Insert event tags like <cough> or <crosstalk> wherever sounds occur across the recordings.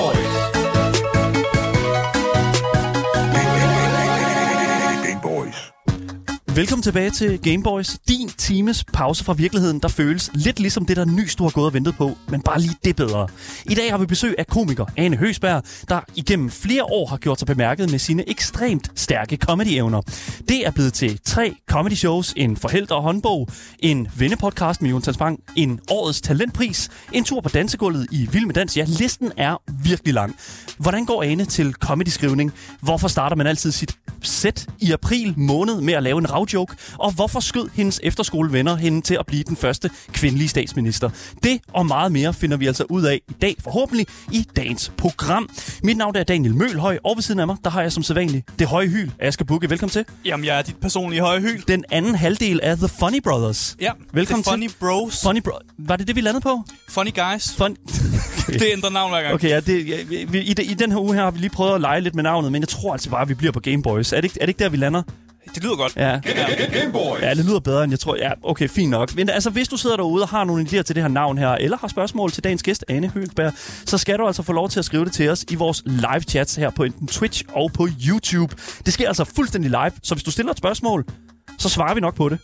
Gameboys. Gameboys. Velkommen tilbage til Gameboys, din times pause fra virkeligheden, der føles lidt ligesom det, der nys, du har gået og ventet på, men bare lige det bedre. I dag har vi besøg af komiker Ane Høsberg, der igennem flere år har gjort sig bemærket med sine ekstremt stærke comedy-evner. Det er blevet til tre comedy shows, en forhælder og håndbog, en vennepodcast med Jonathan Spang, en årets talentpris, en tur på dansegulvet i Vild med Dans. Ja, listen er virkelig lang. Hvordan går Ane til comedy-skrivning? Hvorfor starter man altid sit sæt i april måned med at lave en ravjoke? Og hvorfor skød hendes efterskolevenner hende til at blive den første kvindelige statsminister? Det og meget mere finder vi altså ud af i dag, forhåbentlig i dagens program. Mit navn er Daniel Mølhøj, og ved siden af mig, der har jeg som sædvanligt det høje hyl, Asger Bukke. Velkommen til. Jamen, jeg er dit personlige høje hyl. Den anden halvdel af The Funny Brothers. Ja, Velkommen the funny til. bros. Funny, Funny bro- Var det det, vi landede på? guys. Fun- Det ændrer navn hver gang. Okay, ja, det, ja, vi- vi, i, de, i den her uge her har vi lige prøvet at lege lidt med navnet, men jeg tror altså bare, at vi bliver på Game Boys. Er det ikke, er det ikke der, vi lander? Det lyder godt. Ja. Gameboys. Ah, Ja, det lyder bedre, end jeg tror. Ja, okay, fint nok. Men altså, hvis du sidder derude og har nogle idéer til det her navn her, eller har spørgsmål til dagens gæst, Anne Høgsberg, så skal du altså få lov til at skrive det til os i vores live chats her på enten Twitch og på YouTube. Det sker altså fuldstændig live, så hvis du stiller et spørgsmål, så svarer vi nok på det.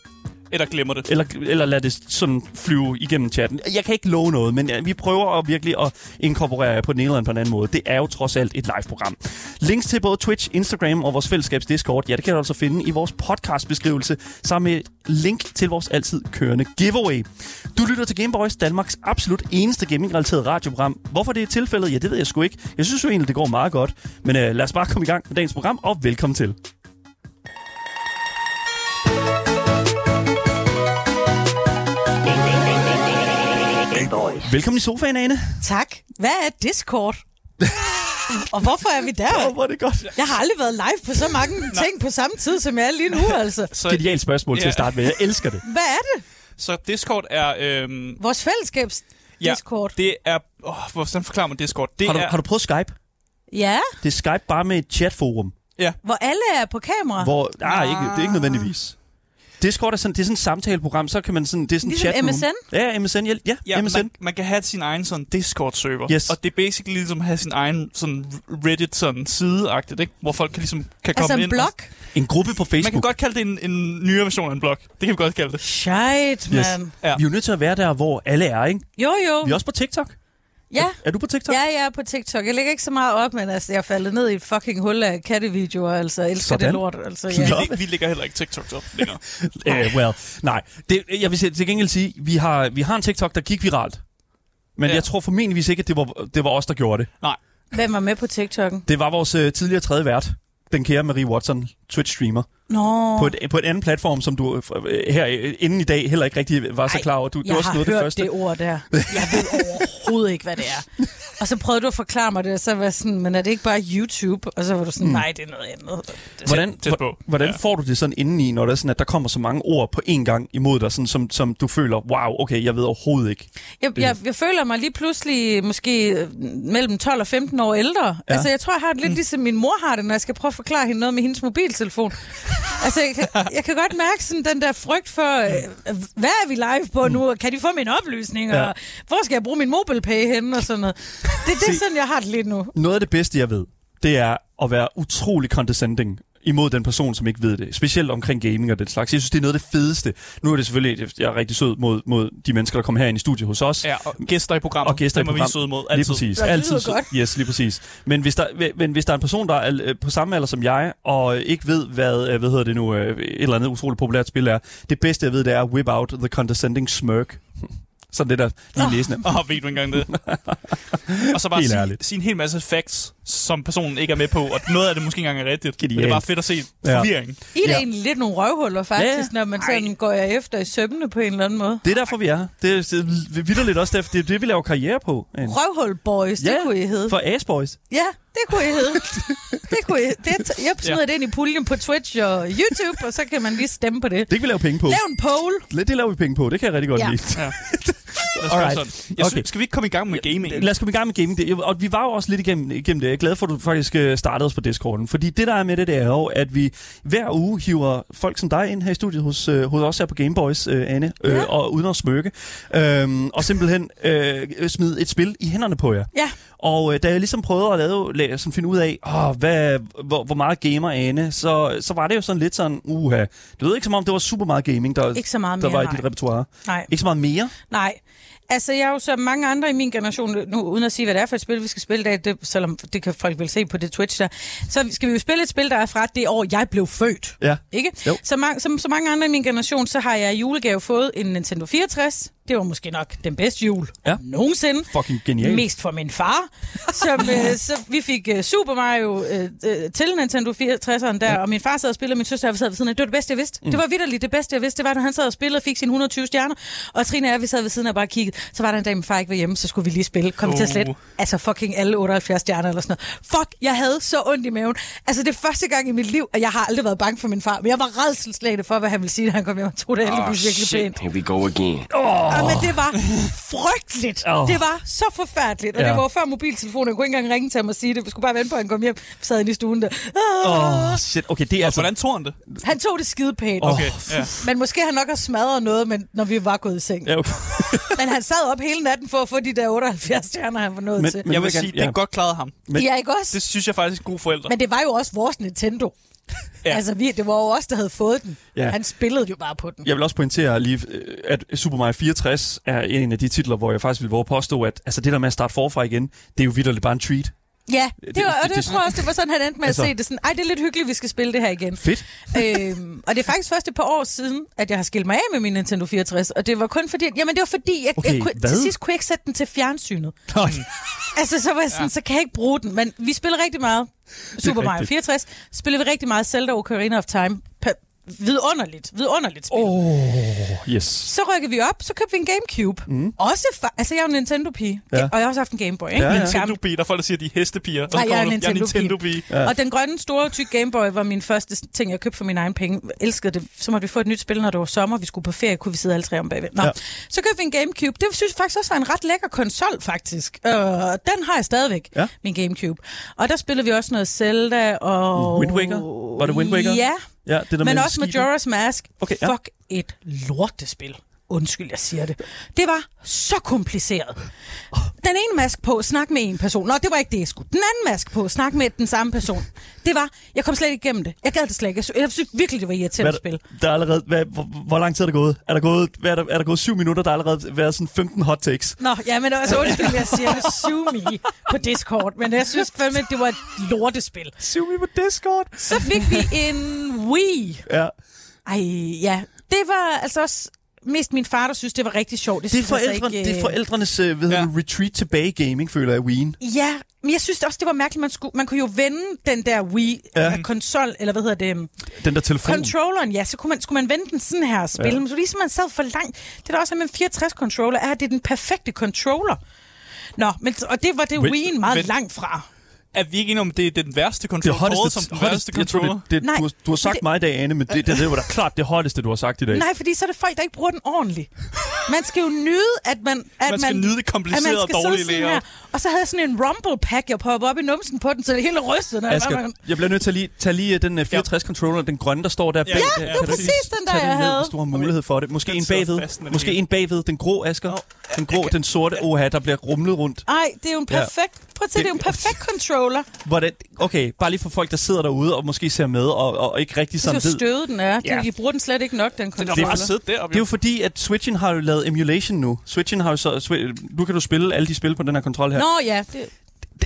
Eller glemmer det. Eller, eller lad det sådan flyve igennem chatten. Jeg kan ikke love noget, men ja, vi prøver at virkelig at inkorporere jer på den ene eller på den anden måde. Det er jo trods alt et live-program. Links til både Twitch, Instagram og vores fællesskabs Discord, ja, det kan du altså finde i vores podcastbeskrivelse, sammen med et link til vores altid kørende giveaway. Du lytter til Gameboys, Danmarks absolut eneste gaming-relateret radioprogram. Hvorfor det er tilfældet, ja, det ved jeg sgu ikke. Jeg synes jo egentlig, det går meget godt. Men øh, lad os bare komme i gang med dagens program, og velkommen til. Velkommen i sofaen, Ane. Tak. Hvad er Discord? Og hvorfor er vi der? Åh, hvor er det godt. Jeg har aldrig været live på så mange ting på samme tid, som jeg er lige nu, altså. Så, Genialt spørgsmål til Ja. at starte med. Jeg elsker det. Hvad er det? så Discord er... Øhm, Vores fællesskabs ja, Discord. Det er... Oh, hvordan forklarer man Discord? Det Har du, er, har du prøvet Skype? Ja, Det er Skype bare med et chatforum, Ja, hvor alle er på kamera. hvor... Nej, ikke, det er Ah. ikke nødvendigvis. Discord er sådan, det er sådan et samtaleprogram, så kan man sådan... Det er sådan Ligesom chatroom. MSN? Ja, MSN. Ja, ja, ja MSN. man, man kan have sin egen sådan Discord-server. Yes. Og det er basically ligesom at have sin egen sådan Reddit sådan side ikke? Hvor folk kan ligesom kan komme altså en ind. blog. En gruppe på Og, man kan Facebook. godt kalde det en, en nyere version af en blog. Det kan vi godt kalde det. Shit, mand. Øhm, Ja. Vi er jo nødt til at være der, hvor alle er, ikke? Jo, jo. Vi er også på TikTok. Ja. Er du på TikTok? Ja, jeg er på TikTok. Jeg lægger ikke så meget op, men altså, jeg er faldet ned i et fucking hul af kattevideoer, altså. Jeg elsker Sådan. det lort, altså. Nå. Ja. Vi, vi lægger heller ikke TikTok op <laughs> længere. Uh, well, nej. Det, jeg vil sige- til gengæld sige, vi har, vi har en TikTok, der gik viralt. Men Ja. ja. jeg tror formentligvis ikke, at det var, det var os, der gjorde det. Nej. Hvem var med på TikTok'en? Det var vores uh, tidligere tredje vært, den kære Marie Watson, Twitch-streamer. Nå. på, et, på en anden platform, som du øh, her øh, inden i dag heller ikke rigtig var så Ej, klar over. Du, du Jeg også har nåede hørt det første. det ord der. Jeg ved overhovedet ikke, hvad det er. Og så prøvede du at forklare mig det, og så var jeg sådan, men er det ikke bare YouTube? Og så var du sådan, nej, det er noget andet. Det- Hvordan, Tæt Mm. på. hvor- hvordan Ja. får du det sådan indeni, når der, er sådan, at der kommer så mange ord på én gang imod dig, sådan, som, som du føler, wow, okay, jeg ved overhovedet ikke. Jeg, jeg, jeg føler mig lige pludselig måske øh, mellem 12 og 15 år ældre. Ja. Altså, jeg tror, jeg har Mm. det lidt ligesom min mor har det, når jeg skal prøve at forklare hende noget med hendes mobiltelefon. altså, jeg kan, jeg kan godt mærke sådan den der frygt for, øh, hvad er vi live på nu? og Kan de få mine oplysninger? Ja. Ja. Hvor skal jeg bruge min MobilePay henne? Og sådan noget. Det, det er sådan, jeg har det lidt nu. Noget af det bedste, jeg ved, det er at være utrolig condescending imod den person, som ikke ved det. Specielt omkring gaming og den slags. Jeg synes, det er noget af det fedeste. Nu er det selvfølgelig, jeg er rigtig sød mod, mod de mennesker, der kommer herind i studiet hos os. Ja, og gæster i programmet. og gæster i Dem er vi programmet. søde mod. Lige Altid. præcis. Ja, det lyder Altid sød. godt. Yes, lige præcis. Men hvis, der, men hvis der er en person, der er øh, på samme alder som jeg, og øh, ikke ved, hvad, øh, hvad hedder det nu, øh, et eller andet utroligt populært spil er, det bedste, jeg ved, det er whip out the condescending smirk. Sådan det der lige oh. <laughs> læsende. Og ved du engang det? og så bare Helt sige, ærligt. sige en hel masse facts, som personen ikke er med på, og noget af det måske ikke engang er rigtigt. Men det er Genialt. bare fedt at se Ja. forvirring. I er Ja. ja. egentlig lidt nogle røvhuller, faktisk, Ja. ja. når man sådan går jeg efter i sømmene på en eller anden måde. Det er derfor, vi er her. Det er vidderligt også derfor. Det er det, vi laver karriere på. Anne. Røvhul boys, det Ja, kunne I hedde. For Ace Boys. Ja, det kunne I <laughs> hedde. det kunne I, det, jeg smider Ja. ja. det ind i puljen på Twitch og YouTube, og så kan man lige stemme på det. Det kan vi lave penge på. Lav en poll. Det laver vi penge på. Det kan jeg rigtig godt ja. Ja. lide. Ja. Lad os gøre Alright. sådan. Jeg Okay. synes, skal vi ikke komme i gang med gaming? Lad os komme i gang med gaming. Det- Og vi var jo også lidt igennem, igennem det. Jeg er glad for, at du faktisk øh, startede os på Discorden. Fordi det, der er med det, det er jo, at vi hver uge hiver folk som dig ind her i studiet hos, øh, hos os her på Gameboys, øh, Anne, øh, Ja. og uden at smykke. Øhm, og simpelthen øh, smide et spil i hænderne på jer. Ja, Og øh, da jeg ligesom prøvede at lave, lave sådan finde ud af, åh, hvad, hvor, hvor meget gamer Anne, så, så var det jo sådan lidt sådan, uha. Det lød ikke som om, det var super meget gaming, der, Ikke så meget der mere, var i nej. dit repertoire. nej. Ikke så meget mere? Nej. Altså, jeg er jo så mange andre i min generation, nu uden at sige, hvad det er for et spil, vi skal spille i dag, det, selvom det kan folk vel se på det Twitch der, så skal vi jo spille et spil, der er fra det år, jeg blev født. Ja. Ikke? Jo. Så, man, som, så mange andre i min generation, så har jeg i julegave fået en Nintendo 64. Det var måske nok den bedste jul Ja. nogensinde. Fucking genialt. Mest for min far. Som, øh, så vi fik øh, Super Mario øh, øh, til Nintendo 64'eren der, ja. og min far sad og spillede, og min søster sad ved siden af. Det var det bedste, jeg vidste. Mm. Det var vidderligt det bedste, jeg vidste. Det var, når han sad og spillede og fik sine 120 stjerner. Og Trine og jeg, vi sad ved siden af og bare kiggede. Så var der en dag, min far ikke var hjemme, så skulle vi lige spille. Kom oh. til at slet. Oh. Altså fucking alle 78 stjerner eller sådan noget. Fuck, jeg havde så ondt i maven. Altså det er første gang i mit liv, at jeg har aldrig været bange for min far. Men jeg var redselslagende for, hvad han ville sige, da han kom hjem og tog det Oh, heldigvis virkelig pænt. shit. Here we go again. Oh. men det var frygteligt. Åh. Oh. Det var så forfærdeligt. Og Ja. ja. det var jo før mobiltelefonen. Jeg kunne ikke engang ringe til ham og sige det. Vi skulle bare vente på, at han kom hjem. Sad inde i stuen der. Åh, Oh. oh, shit. Okay, det er altså... Hvordan tog han det? Han tog det skide pænt. Oh. Okay, ja. Men måske han nok har smadret noget, men, når vi var gået i seng. Ja. Ja, okay. <laughs> Men han sad op hele natten for at få de der 78 stjerner, han var nået Men- til. men- Men, Jeg vil vil sige, gerne- det ja. er godt klaret ham. men- ja, ikke også? Det synes jeg faktisk er en god forælder. Men det var jo også vores Nintendo. Ja. Ja. Altså, vi, det var jo os, der havde fået den. Ja. Ja. Han spillede jo bare på den. Jeg vil også pointere lige, øh, at Super Mario 64 er en af de titler, hvor jeg faktisk vil våge at påstå, at altså, det der med at starte forfra igen, det er jo vitterligt bare en treat. Ja, Det- det var, og det- det, det- det tror jeg også, det var sådan, han endte med Altså- altså, at se det. Sådan, Ej, det er lidt hyggeligt, vi skal spille det her igen. Fedt. øhm, og det er faktisk først et par år siden, at jeg har skilt mig af med min Nintendo 64, og det var kun fordi, jamen det var fordi, at Okay, jeg, kunne, hvad? til sidst kunne jeg ikke sætte den til fjernsynet. Nej. <laughs> Altså, så var jeg sådan, ja. så kan jeg ikke bruge den. Men vi spiller rigtig meget Super Mario rigtigt. 64. Spiller vi rigtig meget Zelda Ocarina of Time. Pa- vidunderligt, vidunderligt spil. Oh. Yes. Så rykkede vi op, så købte vi en Gamecube. Mm. Også fa- altså, jeg er jo en Nintendo-pige, Ja. ja. og jeg har også haft en Gameboy, ikke? Ja, ja. En gammel- Nintendo-pige, der er folk, der siger, at de er hestepiger. Og så Nej, jeg er kommer du, jeg er Nintendo-pige. Nintendo-pige. Ja. Og den grønne, store, tykke Gameboy var min første s- ting, jeg købte for mine egne penge. Jeg Elskede det. Så måtte vi få et nyt spil, når det var sommer. Vi skulle på ferie, kunne vi sidde alle tre om bagved. Nå. Ja. Ja. Så købte vi en Gamecube. Det synes jeg faktisk også var en ret lækker konsol, faktisk. Øh, og den har jeg stadigvæk, Ja. ja. min Gamecube. Og der spillede vi også noget Zelda og... Wind Waker? Var det Wind Waker? Ja, Ja, det der men med også skibet. Majora's Mask. Okay, Okay, ja. ja. Fuck et lortespil. Undskyld, jeg siger det. Det var så kompliceret. Den ene mask på, snak med en person. Nå, det var ikke det, jeg skulle. Den anden mask på, snak med den samme person. Det var, jeg kom slet ikke igennem det. Jeg gad det slet ikke. Jeg sy- Jeg synes virkelig, det var irriterende Hvad, at spille. der er allerede, hvad, hvor, hvor, lang tid er der gået? Er der gået, hvad er, der, er der gået syv minutter, der er allerede været sådan 15 hot takes? Nå, ja, men altså, undskyld, jeg siger det. Sue me på Discord. Men jeg synes fandme, det var et lortespil. Syv minutter på Discord? Så fik vi en Wii. Ja. Ej, ja. Det var altså også mest min far, der synes, det var rigtig sjovt. Det synes er, jeg så forældrene, ikke, det er øh, forældrenes øh, ved Ja. ja. retreat tilbage i gaming, føler jeg, Wien. Ja, men jeg synes det også, det var mærkeligt. Man, skulle, man kunne jo vende den der Wii-konsol, eller hvad hedder det? øhm, Den der telefon. Controlleren, ja. Så kunne man, skulle man vende den sådan her og spille. Ja. Ja. Men så ligesom man sad for langt. Det der også er med en 64-controller, er, at det er den perfekte controller. Nå, men, og det var det Vel- Wii'en meget vel- langt fra. Er vi ikke enige om, at det er den værste det controller? hotteste, kåret som den værste hotteste, jeg tror, controller? det, det, Nej, du, har, du har sagt <laughs> men det- mig i dag, Anne, men det, det, det var da klart det hotteste, du har sagt i dag. Nej, fordi så er det folk, der ikke bruger den ordentligt. Man skal jo nyde, at man... At Man skal nyde det komplicerede at man skal og dårlige sidde sådan layout. her. Og så havde jeg sådan en rumble pack, jeg poppede op i numsen på den, så det hele rystede. Når jeg, var, Asger, jeg bliver nødt til at lige, tage lige øh, den 64-controller, den grønne, der står der bag. Ja, der. det Kan var du præcis lige den, der tage jeg ned, havde. Hvis du har mulighed for det. Måske Den en sidder bagved. fast med det Måske hele. en bagved. Den grå, Asger. Den grå, den sorte. Oha, der bliver rumlet rundt. ej, det er jo en Ja. perfekt... Prøv at se, det er jo en perfekt controller. Hvordan, okay, bare lige for folk, der sidder derude og måske ser med og, og ikke rigtig sådan Det er ved. så støde, den er. Ja. Ja. De bruger den slet ikke nok, den Det er controller. da bare at sidde Det er deroppe. jo fordi, at Switchen har jo lavet emulation nu. Switchen har jo så... Swi- nu kan du spille alle de spil på den her kontrol her. Nå ja, det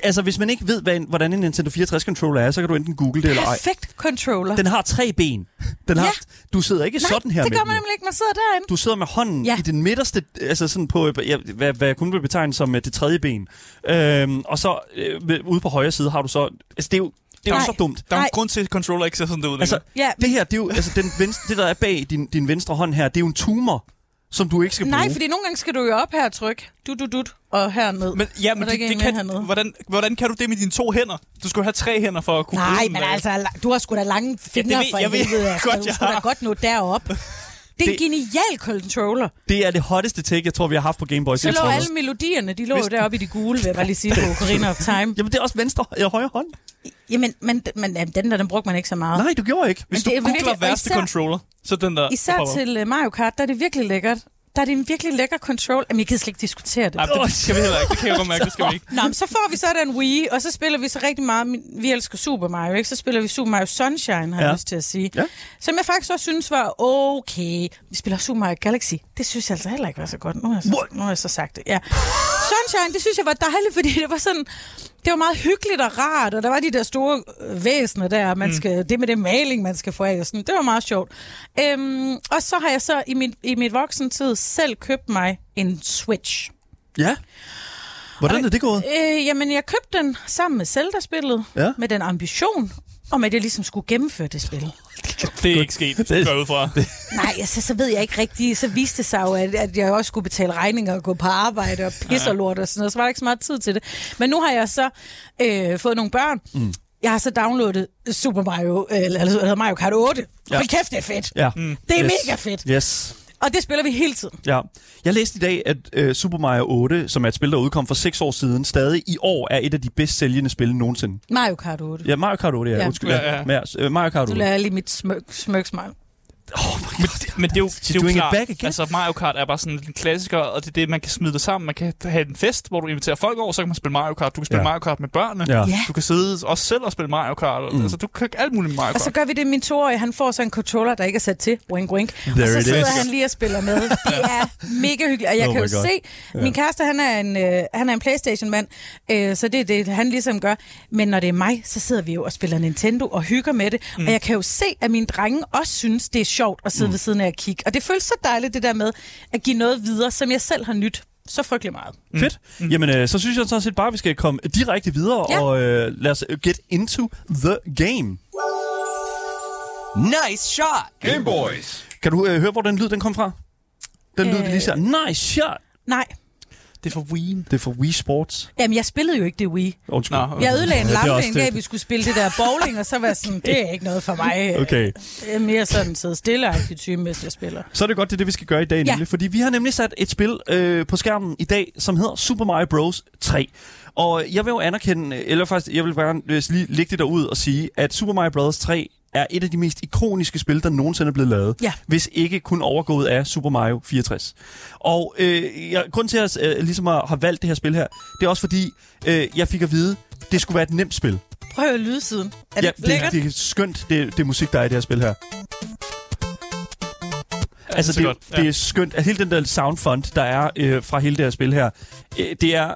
Altså, hvis man ikke ved, hvad en, hvordan en Nintendo 64-controller er, så kan du enten google det eller ej. perfekt controller. Den har tre ben. Den har, Ja. Du sidder ikke Nej, sådan her det med gør man den. nemlig ikke. Man sidder derinde. Du sidder med hånden ja. Ja. i den midterste, altså sådan på, øh, ja, hvad, hvad jeg kun vil betegne som øh, det tredje ben. Øhm, og så øh, med- ude på højre side har du så, altså det er jo, det er jo Nej. så dumt. Der er jo en Nej. grund til, at controller ikke ser sådan der ud. Altså, Altså, Ja, det her, det er jo, altså den venstre, det der er bag din, din venstre hånd her, det er jo en tumor, som du ikke skal bruge. Nej, fordi nogle gange skal du jo op her og trykke. Du, du, du, og herned. men, ja, men Og det, der ikke er det en kan, mere hernede. hvordan, hvordan kan du det med dine to hænder? Du skal jo have tre hænder for at kunne bruge Nej, den, men øh. altså, la- du har sgu da lange fingre ved- for jeg ved helvede. altså. godt, du jeg skulle da <laughs> har. godt nå derop. Det er en Det- genial controller. Det er det hotteste take, jeg tror, vi har haft på Game Boy. Så lå Advance. alle melodierne, de lå jo Hvis- deroppe i de gule, vil jeg bare lige <laughs> sige på Ocarina of Time. Jamen, det er også venstre eller højre hånd. Jamen, men, men ja, den der, den brugte man ikke så meget. Nej, du gjorde ikke. Hvis du det er googler virkelig- og værste især- controller, så den der... Især popper op. til øh, Mario Kart, der er det virkelig lækkert. Der er det en virkelig lækker control. Jamen, jeg kan slet ikke diskutere det. Nej, det skal vi heller ikke. Det kan jeg godt mærke, det skal vi ikke. Nå, men så får vi så den Wii, og så spiller vi så rigtig meget. min- Vi elsker Super Mario, ikke? Så spiller vi Super Mario Sunshine, har ja. Ja. jeg lyst til at sige. Ja. Som jeg faktisk også synes var okay. Vi spiller Super Mario Galaxy. Det synes jeg altså heller ikke var så godt. Nu har jeg så, nu har jeg så sagt det. Ja. Sunshine, det synes jeg var dejligt, fordi det var sådan... Det var meget hyggeligt og rart, og der var de der store øh, væsener der, man skal, det med det maling, man skal få af, og sådan. det var meget sjovt. Øhm, og så har jeg så i mit, i mit voksentid selv købt mig en Switch. Ja. Hvordan er det gået? Øh, jamen, jeg købte den sammen med Zelda-spillet, Ja. ja. med den ambition om, at jeg ligesom skulle gennemføre det spil. Det er ikke sket, det går jeg ud fra. Nej, altså, så ved jeg ikke rigtigt. Så viste det sig jo, at, at jeg også skulle betale regninger og gå på arbejde og pisse og lort og sådan noget. Så var der ikke så meget tid til det. Men nu har jeg så øh, fået nogle børn. Mm. Jeg har så downloadet Super Mario, øh, eller, eller Mario Kart 8. Ja. Ja. Hold kæft, det er fedt. Ja. Det er yes. mega fedt. Yes. Og det spiller vi hele tiden. Ja. Jeg læste i dag, at øh, Super Mario 8, som er et spil, der udkom for 6 år siden, stadig i år er et af de bedst sælgende spil nogensinde. Mario Kart 8. Ja, Mario Kart 8, ja. Ja. Undskyld, Ja, ja. ja. Men, ja. øh, Mario Kart Nu 8. lader jeg lige mit smøk, smøksmejl. Men, men det er jo, det er jo doing it klart, back again? altså Mario Kart er bare sådan en klassiker, og det er det, man kan smide det sammen. Man kan have en fest, hvor du inviterer folk over, så kan man spille Mario Kart. Du kan spille Ja. Mario Kart med børnene. Ja. Ja. Du kan sidde også selv og spille Mario Kart. Mm. Altså, du kan alt muligt med Mario Og Kart. så gør vi det, min toårige, han får så en controller, der ikke er sat til. Wink, wink. There og så it sidder is. han lige og spiller med. <laughs> Det er mega hyggeligt. Og jeg Oh kan my jo God. se, min kæreste, han er en, øh, han er en Playstation-mand, øh, så det er det, han ligesom gør. Men når det er mig, så sidder vi jo og spiller Nintendo og hygger med det. Mm. Og jeg kan jo se, at mine drenge også synes, det er sjovt at sidde mm. ved siden af og kigge. Og det føles så dejligt, det der med at give noget videre, som jeg selv har nyt så frygtelig meget. Fedt. Jamen, øh, så synes jeg sådan set bare, at vi skal komme direkte videre, Mm. Ja. og øh, lad os øh, get into the game. Nice shot! Game Boys. Kan du øh, høre, hvor den lyd den kom fra? Den lyd, Øh. det lige ser. Nice shot! Nej, Det er for Wien. Det er fra Wii Sports. jamen jeg spillede jo ikke det Wii. Undskyld. Nå, okay. Jeg ødelagde en det er lampe også en det. dag, vi skulle spille det der bowling, og så var jeg sådan, det er ikke noget for mig. Okay. Jeg er Øh, mere sådan sidde stille type, hvis jeg spiller. Så er det godt, det er det, vi skal gøre i dag, Ja. nemlig, fordi vi har nemlig sat et spil øh, på skærmen i dag, som hedder Super Mario Bros. 3. Og jeg vil jo anerkende, eller faktisk, jeg vil bare øh, lige lægge det derud og sige, at Super Mario Bros. 3 er et af de mest ikoniske spil, der nogensinde er blevet lavet, Ja. hvis ikke kun overgået af Super Mario 64. Og øh, jeg, grunden til, at jeg øh, ligesom har har valgt det her spil her, det er også fordi, øh, jeg fik at vide, det skulle være et nemt spil. Prøv at høre lydsiden. Er det Ja, ja, lækkert? det, det er skønt, det, det musik, der er i det her spil her. Altså, så det, godt, godt, ja. det er skønt. Altså, hele den der soundfond, der er øh, fra hele det her spil her, øh, det er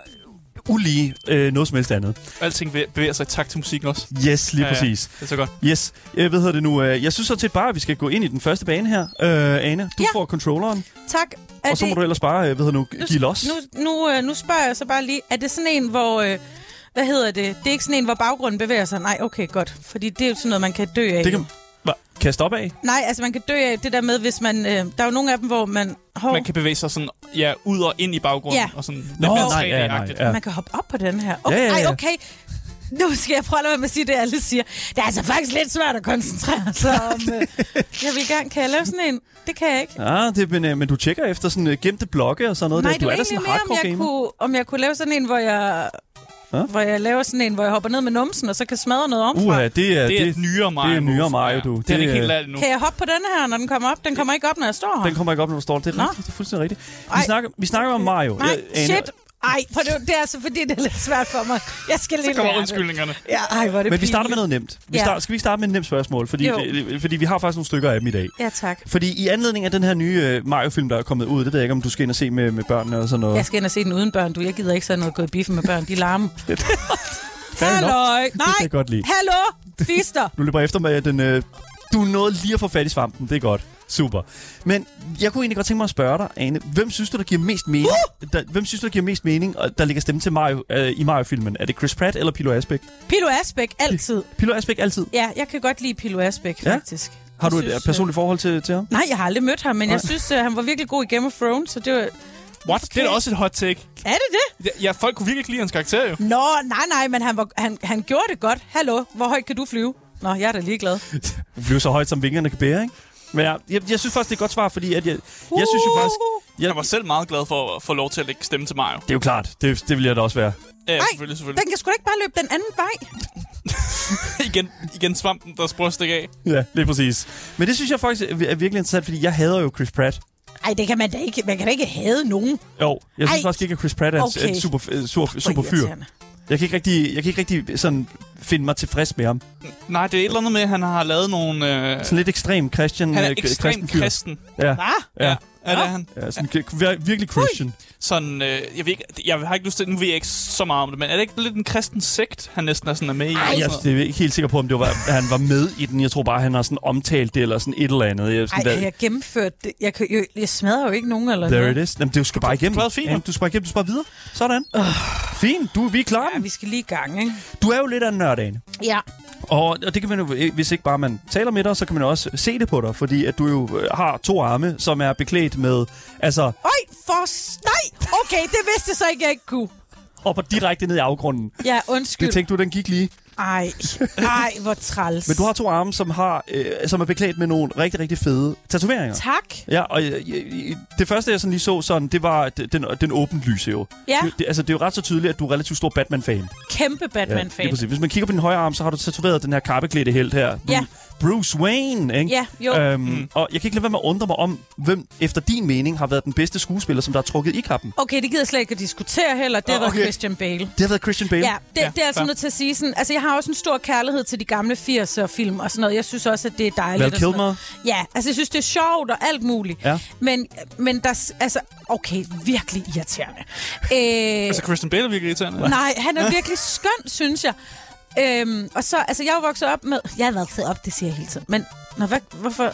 ulige øh, noget som helst andet. Alting bevæ- bevæger sig i takt til musikken også. Yes, lige Ja, ja, ja. præcis. Det er så godt. Yes. Jeg ved det nu. Øh, jeg synes sådan set bare, at vi skal gå ind i den første bane her. Øh, Ane, du ja. Ja. får controlleren, Tak. Er og så må det, du ellers bare, øh, ved jeg nu, give los. Nu, nu, øh, nu spørger jeg så bare lige, er det sådan en, hvor... Øh, hvad hedder det? Det er ikke sådan en, hvor baggrunden bevæger sig. Nej, okay, godt. Fordi det er jo sådan noget, man kan dø af. det kan, hva- kan jeg stoppe af? Nej, altså man kan dø af det der med, hvis man... Øh, der er jo nogle af dem, hvor man... Hov, Man kan bevæge sig sådan, ja, ud og ind i baggrunden. Ja. Og sådan, lidt Nå, mere nej, ja, nej, 3D-agtigt. ja. man kan hoppe op på den her. Ja, Okay, ja, ja. Ej, okay. Nu skal jeg prøve at lade være med at sige det, alle siger. Det er altså faktisk lidt svært at koncentrere sig om... <laughs> Øh, jeg vil gerne... Kan jeg lave sådan en? Det kan jeg ikke. Ja, det, men, øh, men du tjekker efter sådan øh, gemte blokke og sådan noget. Nej, der. det Du var er da egentlig sådan en mere, om hardcore jeg, gamer. kunne, om jeg kunne lave sådan en, hvor jeg... Hå? Uh, Hvor jeg laver sådan en, hvor jeg hopper ned med numsen, og så kan smadre noget om. Uha, det er, Det er et nyere Mario. Det er nyere move. Mario, du. Det, det er Det, ikke helt øh, lært endnu. Kan jeg hoppe på den her, når den kommer op? Den kommer ikke op, når jeg står her. Den kommer ikke op, når du står der. Det er Nå. rigtigt. Det er fuldstændig rigtigt. Vi Ej. snakker, vi snakker om Mario. Nej, Jeg aner- shit. Ej, for det, det er altså fordi, det er lidt svært for mig. Jeg skal lige Så kommer lære det. undskyldningerne. Ja, ej, hvor er det Men vi starter med pinligt. noget nemt. Vi Ja. starter, skal vi ikke starte med et nemt spørgsmål? Fordi, Jo. det, fordi vi har faktisk nogle stykker af dem i dag. Ja, tak. Fordi i anledning af den her nye øh, Mario-film, der er kommet ud, det ved jeg ikke, om du skal ind og se med, med børnene eller sådan noget. Jeg skal ind og se den uden børn, du. Jeg gider ikke sådan noget gå i biffen med børn. <laughs> De larmer. Fair enough. Halløj. Det kan Nej, jeg godt lide. hallo, fister. Du løber efter med at den... Øh, du nåede lige at få fat i svampen. Det er godt. Super. Men jeg kunne egentlig godt tænke mig at spørge dig, Ane. Hvem synes du, der giver mest mening? Uh! Der, hvem synes du, der giver mest mening, og der ligger stemme til Mario, øh, i Mario-filmen? Er det Chris Pratt eller Pilo Asbæk? Pilo Asbæk, altid. Pilo Asbæk altid. Ja, jeg kan godt lide Pilo Asbæk, Ja? faktisk. Har Jeg du et synes, øh, øh, personligt forhold til, til ham? Nej, jeg har aldrig mødt ham, men Nej. jeg synes, uh, han var virkelig god i Game of Thrones, så det var... What? Det er da også et hot take. Er det det? Ja, Ja, folk kunne virkelig ikke lide hans karakter, jo. Nå, nej, nej, men han, var, han, han gjorde det godt. Hallo, hvor højt kan du flyve? Nå, jeg er da ligeglad. Du flyver så højt, som vingerne kan bære, ikke? Men jeg, jeg, jeg synes faktisk, det er et godt svar, fordi at jeg, jeg synes jo Uh, faktisk... Jeg, Jeg var selv meget glad for at få lov til at lægge stemme til Mario. det er jo klart, det, det vil jeg da også være. Ja, Nej, selvfølgelig, selvfølgelig. den kan sgu da ikke bare løbe den anden vej. <laughs> igen, igen svampen, der spurgte stikke af. Ja, lige præcis. Men det synes jeg faktisk er er virkelig interessant, fordi jeg hader jo Chris Pratt. Ej, det kan man da ikke. Man kan da ikke hade nogen. Jo, jeg synes Ej. faktisk ikke, at Chris Pratt er okay. Okay. en super, øh, sur, super Hvor fyr. irriterende. Jeg kan ikke rigtig, jeg kan ikke rigtig sådan finde mig tilfreds med ham. Nej, det er et eller andet med, at han har lavet nogle... Øh, Sådan lidt ekstrem Christian, han er øh, k- ekstremt fyr. kristen. Ja, Hva? Ja. Ja, ja det er han. ja sådan, vir- virkelig Christian. Sådan, øh, jeg, ved ikke, jeg har ikke lyst til... Nu ved jeg ikke så meget om det, men er det ikke lidt en kristen sekt, han næsten er sådan er med i? Ej, jeg det er jeg ikke helt sikker på, om det var, at han var med i den. Jeg tror bare, han har sådan omtalt det, eller sådan et eller andet. Jeg, er sådan, Ej, hvad- jeg gennemført det. Jeg, kan, jeg, jeg smadrer jo ikke nogen eller There noget. it is. Jamen, det er jo sgu bare igennem. klarede fint, Jamen, du skal bare igennem, du skal bare videre. Sådan. Fint, du, vi er klar. Ja, vi skal lige i gang, ikke? Du er jo lidt af en nørd, Ane. Ja. Og, og det kan man jo, øh, hvis ikke bare man taler med dig, så kan man også se det på dig, fordi at du jo øh, har to arme, som er beklædt med, altså, Øj, for... s- Nej! Okay, det vidste jeg så ikke, jeg ikke kunne. hopper direkte ned i afgrunden. Ja, Det undskyld. tænkte du, den gik lige. Ej, ej, hvor træls. Men du har to arme, som, har, øh, som er beklædt med nogle rigtig, rigtig fede tatoveringer. Tak. Ja, og jeg, jeg, jeg- det første, jeg sådan lige så sådan, det var d- den, den åbent lyse jo. Ja. Det, det, altså, det er jo ret så tydeligt, at du er relativt stor Batman-fan. Kæmpe lige Batman-fan. præcis. Hvis man kigger på din højre arm, så har du tatoveret den her kappeklædte helt her. Ja. Bru- Bruce Wayne, ikke? Ja, jo. Øhm, mm. Og jeg kan ikke lade være med at undre mig om, hvem efter din mening har været den bedste skuespiller, som der er trukket i kappen. Okay, det gider jeg slet ikke at diskutere heller. Det Åh, var Ah, okay. Christian Bale. Det har været Christian Bale. Ja, det, Ja, ja, det er altså fair. nødt til at sige sådan. Altså, jeg har også en stor kærlighed til de gamle 80'er film og sådan noget. Jeg synes også, at det er dejligt. Val og sådan noget. Kilmer? Ja, altså, jeg synes, det er sjovt og alt muligt. Ja. Men, men der, s- altså, okay, virkelig irriterende. Øh, <laughs> Altså, Christian Bale er virkelig irriterende. Nej, han er virkelig skøn, synes jeg. Øhm, og så, altså, jeg er jo vokset op med... Jeg er vokset op, det siger jeg hele tiden. Men, nå, hvad, hvorfor...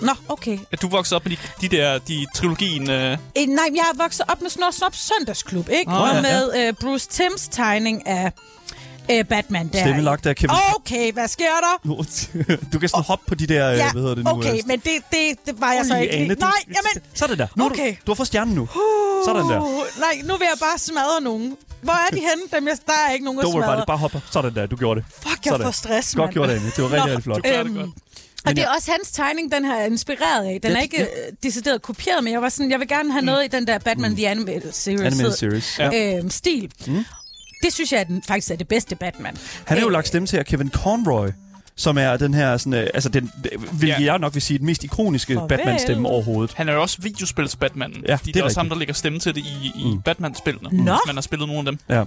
Nå, okay. At du voksede op med de, de der, de trilogien... Øh, Øh, nej, jeg er vokset op med Snor Snop Søndagsklub, ikke? Nå, Oh, og ja, med øh, Bruce Timms tegning af øh, Batman der. Stemme lagt af Kevin... Okay, hvad sker der? <laughs> Du kan sådan hoppe på de der, øh, Ja, hvad hedder det nu? okay, øh, men det, det, det var jeg så Ui, Altså, ikke. Ane, lige- du- Nej, jamen... Så er det der. Nu okay. Okay. du, du har fået stjernen nu. Sådan der. Uh, nej, nu vil jeg bare smadre nogen. Hvor er de henne? Dem, jeg, der er ikke nogen at Don't worry about smadre. it. Bare hopper. Sådan der. Du gjorde det. Fuck, jeg Sådan. får stress, Godt mand. gjort, Ane. Det var rigtig, Nå, rigtig flot. du klarer det godt. Og det er også hans tegning, den her er inspireret af. Den Ja, er ikke ja. øh, decideret kopieret, men jeg var sådan, jeg vil gerne have noget i den der Batman mm. The Animated Series, Animated hed- series. Ja. Øh, stil. Mm. Det synes jeg er den, faktisk er det bedste Batman. Han er jo Øh, lagt stemme til af Kevin Conroy, som er den her, sådan, øh, altså den, hvilket Ja. jeg nok vil sige, den mest ikoniske Farvel. Batman-stemme overhovedet. han er jo også videospils Batman. er fordi det er også rigtigt. ham, der lægger stemme til det i, i Mm. Batman-spillene. Nå. hvis Man har spillet nogle af dem. Ja.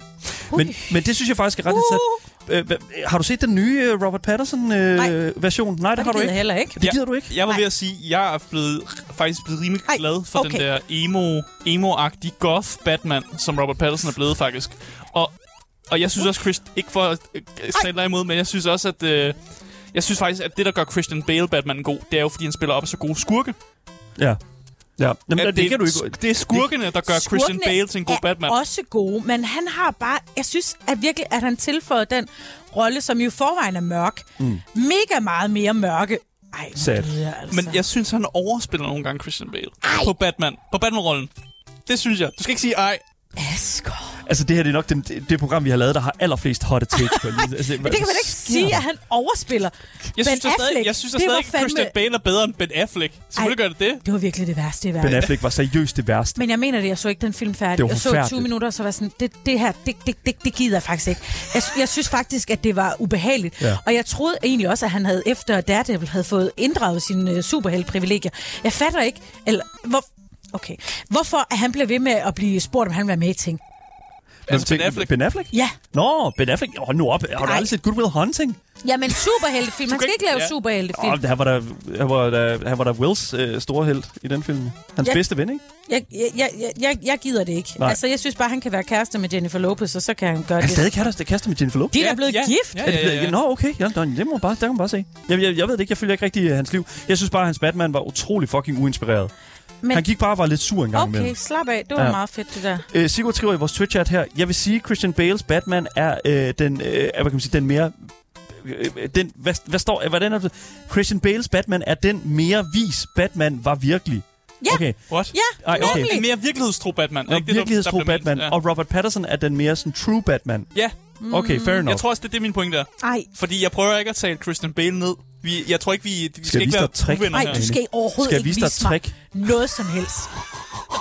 Men, Ui. men det synes jeg faktisk er ret interessant. Uh. Har du set den nye øh, Robert Nej. Patterson-version? Nej. Nej, det og har du gider jeg ikke. heller ikke. Det gider du ikke? Jeg var Nej. ved at sige, at jeg er blevet, faktisk blevet rimelig Ej, glad for okay. okay. den der emo, emo-agtige goth Batman, som Robert Pattinson er blevet faktisk. Og, og jeg synes også, Chris, ikke for at øh, sætte dig imod, men jeg synes også, at... Øh, jeg synes faktisk, at det, der gør Christian Bale Batman god, det er jo, fordi han spiller op af så gode skurke. Ja. Ja, Jamen, At det, det kan du ikke. Det er skurkene, der gør Christian Skurkene Bale til en god er Batman. også gode, men han har bare... Jeg synes at virkelig, at han tilføjede den rolle, som jo i forvejen er mørk. Mm. Mega meget mere mørke. Ej, hvor Sad. gider jeg altså. Men jeg synes, han overspiller nogle gange Christian Bale. Ej. På Batman. På Batman-rollen. Det synes jeg. Du skal ikke sige ej. Asger. Altså, det her det er nok den, det, det program, vi har lavet, der har allerflest hotte takes <laughs> på. Altså, Men det kan man da ikke sige, at han overspiller. Jeg ben synes, da stadig, Affleck, jeg synes da det var stadig, at Christian Bale er bedre end Ben Affleck. Selvfølgelig gør det det. Det var virkelig det værste i verden. Ben Affleck var seriøst det værste. Men jeg mener det, jeg så ikke den film færdig. Det var jeg så forfærdeligt. 20 minutter, og så var jeg sådan, det, det her, det, det, det, det gider jeg faktisk ikke. Jeg, sy- jeg synes faktisk, at det var ubehageligt. Ja. Ja. Og jeg troede egentlig også, at han havde efter Daredevil havde fået inddraget sine uh, superheldprivilegier. Jeg fatter ikke, eller hvor, okay. hvorfor at han blev ved med at blive spurgt, om han var med i ting. Altså, Hvem Ben tænker- Affleck. Ben Affleck? Ja, Nå, Ben Affleck. Hold nu op. Har du Nej. aldrig set Good Will Hunting? ja men superheltefilm. Han kan skal ikke ikke- lave ja. superheltefilm. Åh, han var der, han var der, han var der Wills øh, store held i den film. Hans Ja. bedste ven, ikke? Jeg, jeg, jeg, jeg- jeg, jeg gider det ikke. Nej. Altså, jeg synes bare, han kan være kæreste med Jennifer Lopez, og så kan han gøre Han det. er stadig kaster, kaster med Jennifer Lopez. De er Ja, da blevet ja, gift. ja. Ja, ja, ja, ja. Nå, okay. Ja, nå, det må man bare, der kan man bare se. Jeg, jeg, jeg ved det ikke. Jeg følger ikke rigtig øh, hans liv. Jeg synes bare, at hans Batman var utrolig fucking uinspireret. Men... Men- Han gik bare og var lidt sur en gang Okay, imellem. slap af. Det var Ja. ja. meget fedt, det der. Øh, Sigurd skriver i vores Twitch-chat her, jeg vil sige, Christian Bales Batman er øh, den, øh, hvad kan man sige, den mere... øh, øh, Den, hvad, hvad står, hvordan er det? Christian Bales Batman er den mere vis Batman var virkelig. Ja. Okay. What? Ja, Ej, okay. nemlig. En mere virkelighedstro Batman. Og ikke det, der- virkelighedstro der bliver Batman. ment? Og Robert Patterson er den mere sådan true Batman. Mm. Ja. ja. Okay, fair enough. Jeg tror også, det er det, min pointe er. Ej, Fordi jeg prøver ikke at tale Christian Bale ned. Vi, jeg tror ikke, vi, vi skal, jeg ikke vise dig være et trick? uvenner Ej, her. du Du skal overhovedet Skal jeg ikke vise vise, dig et mig trick? noget som helst.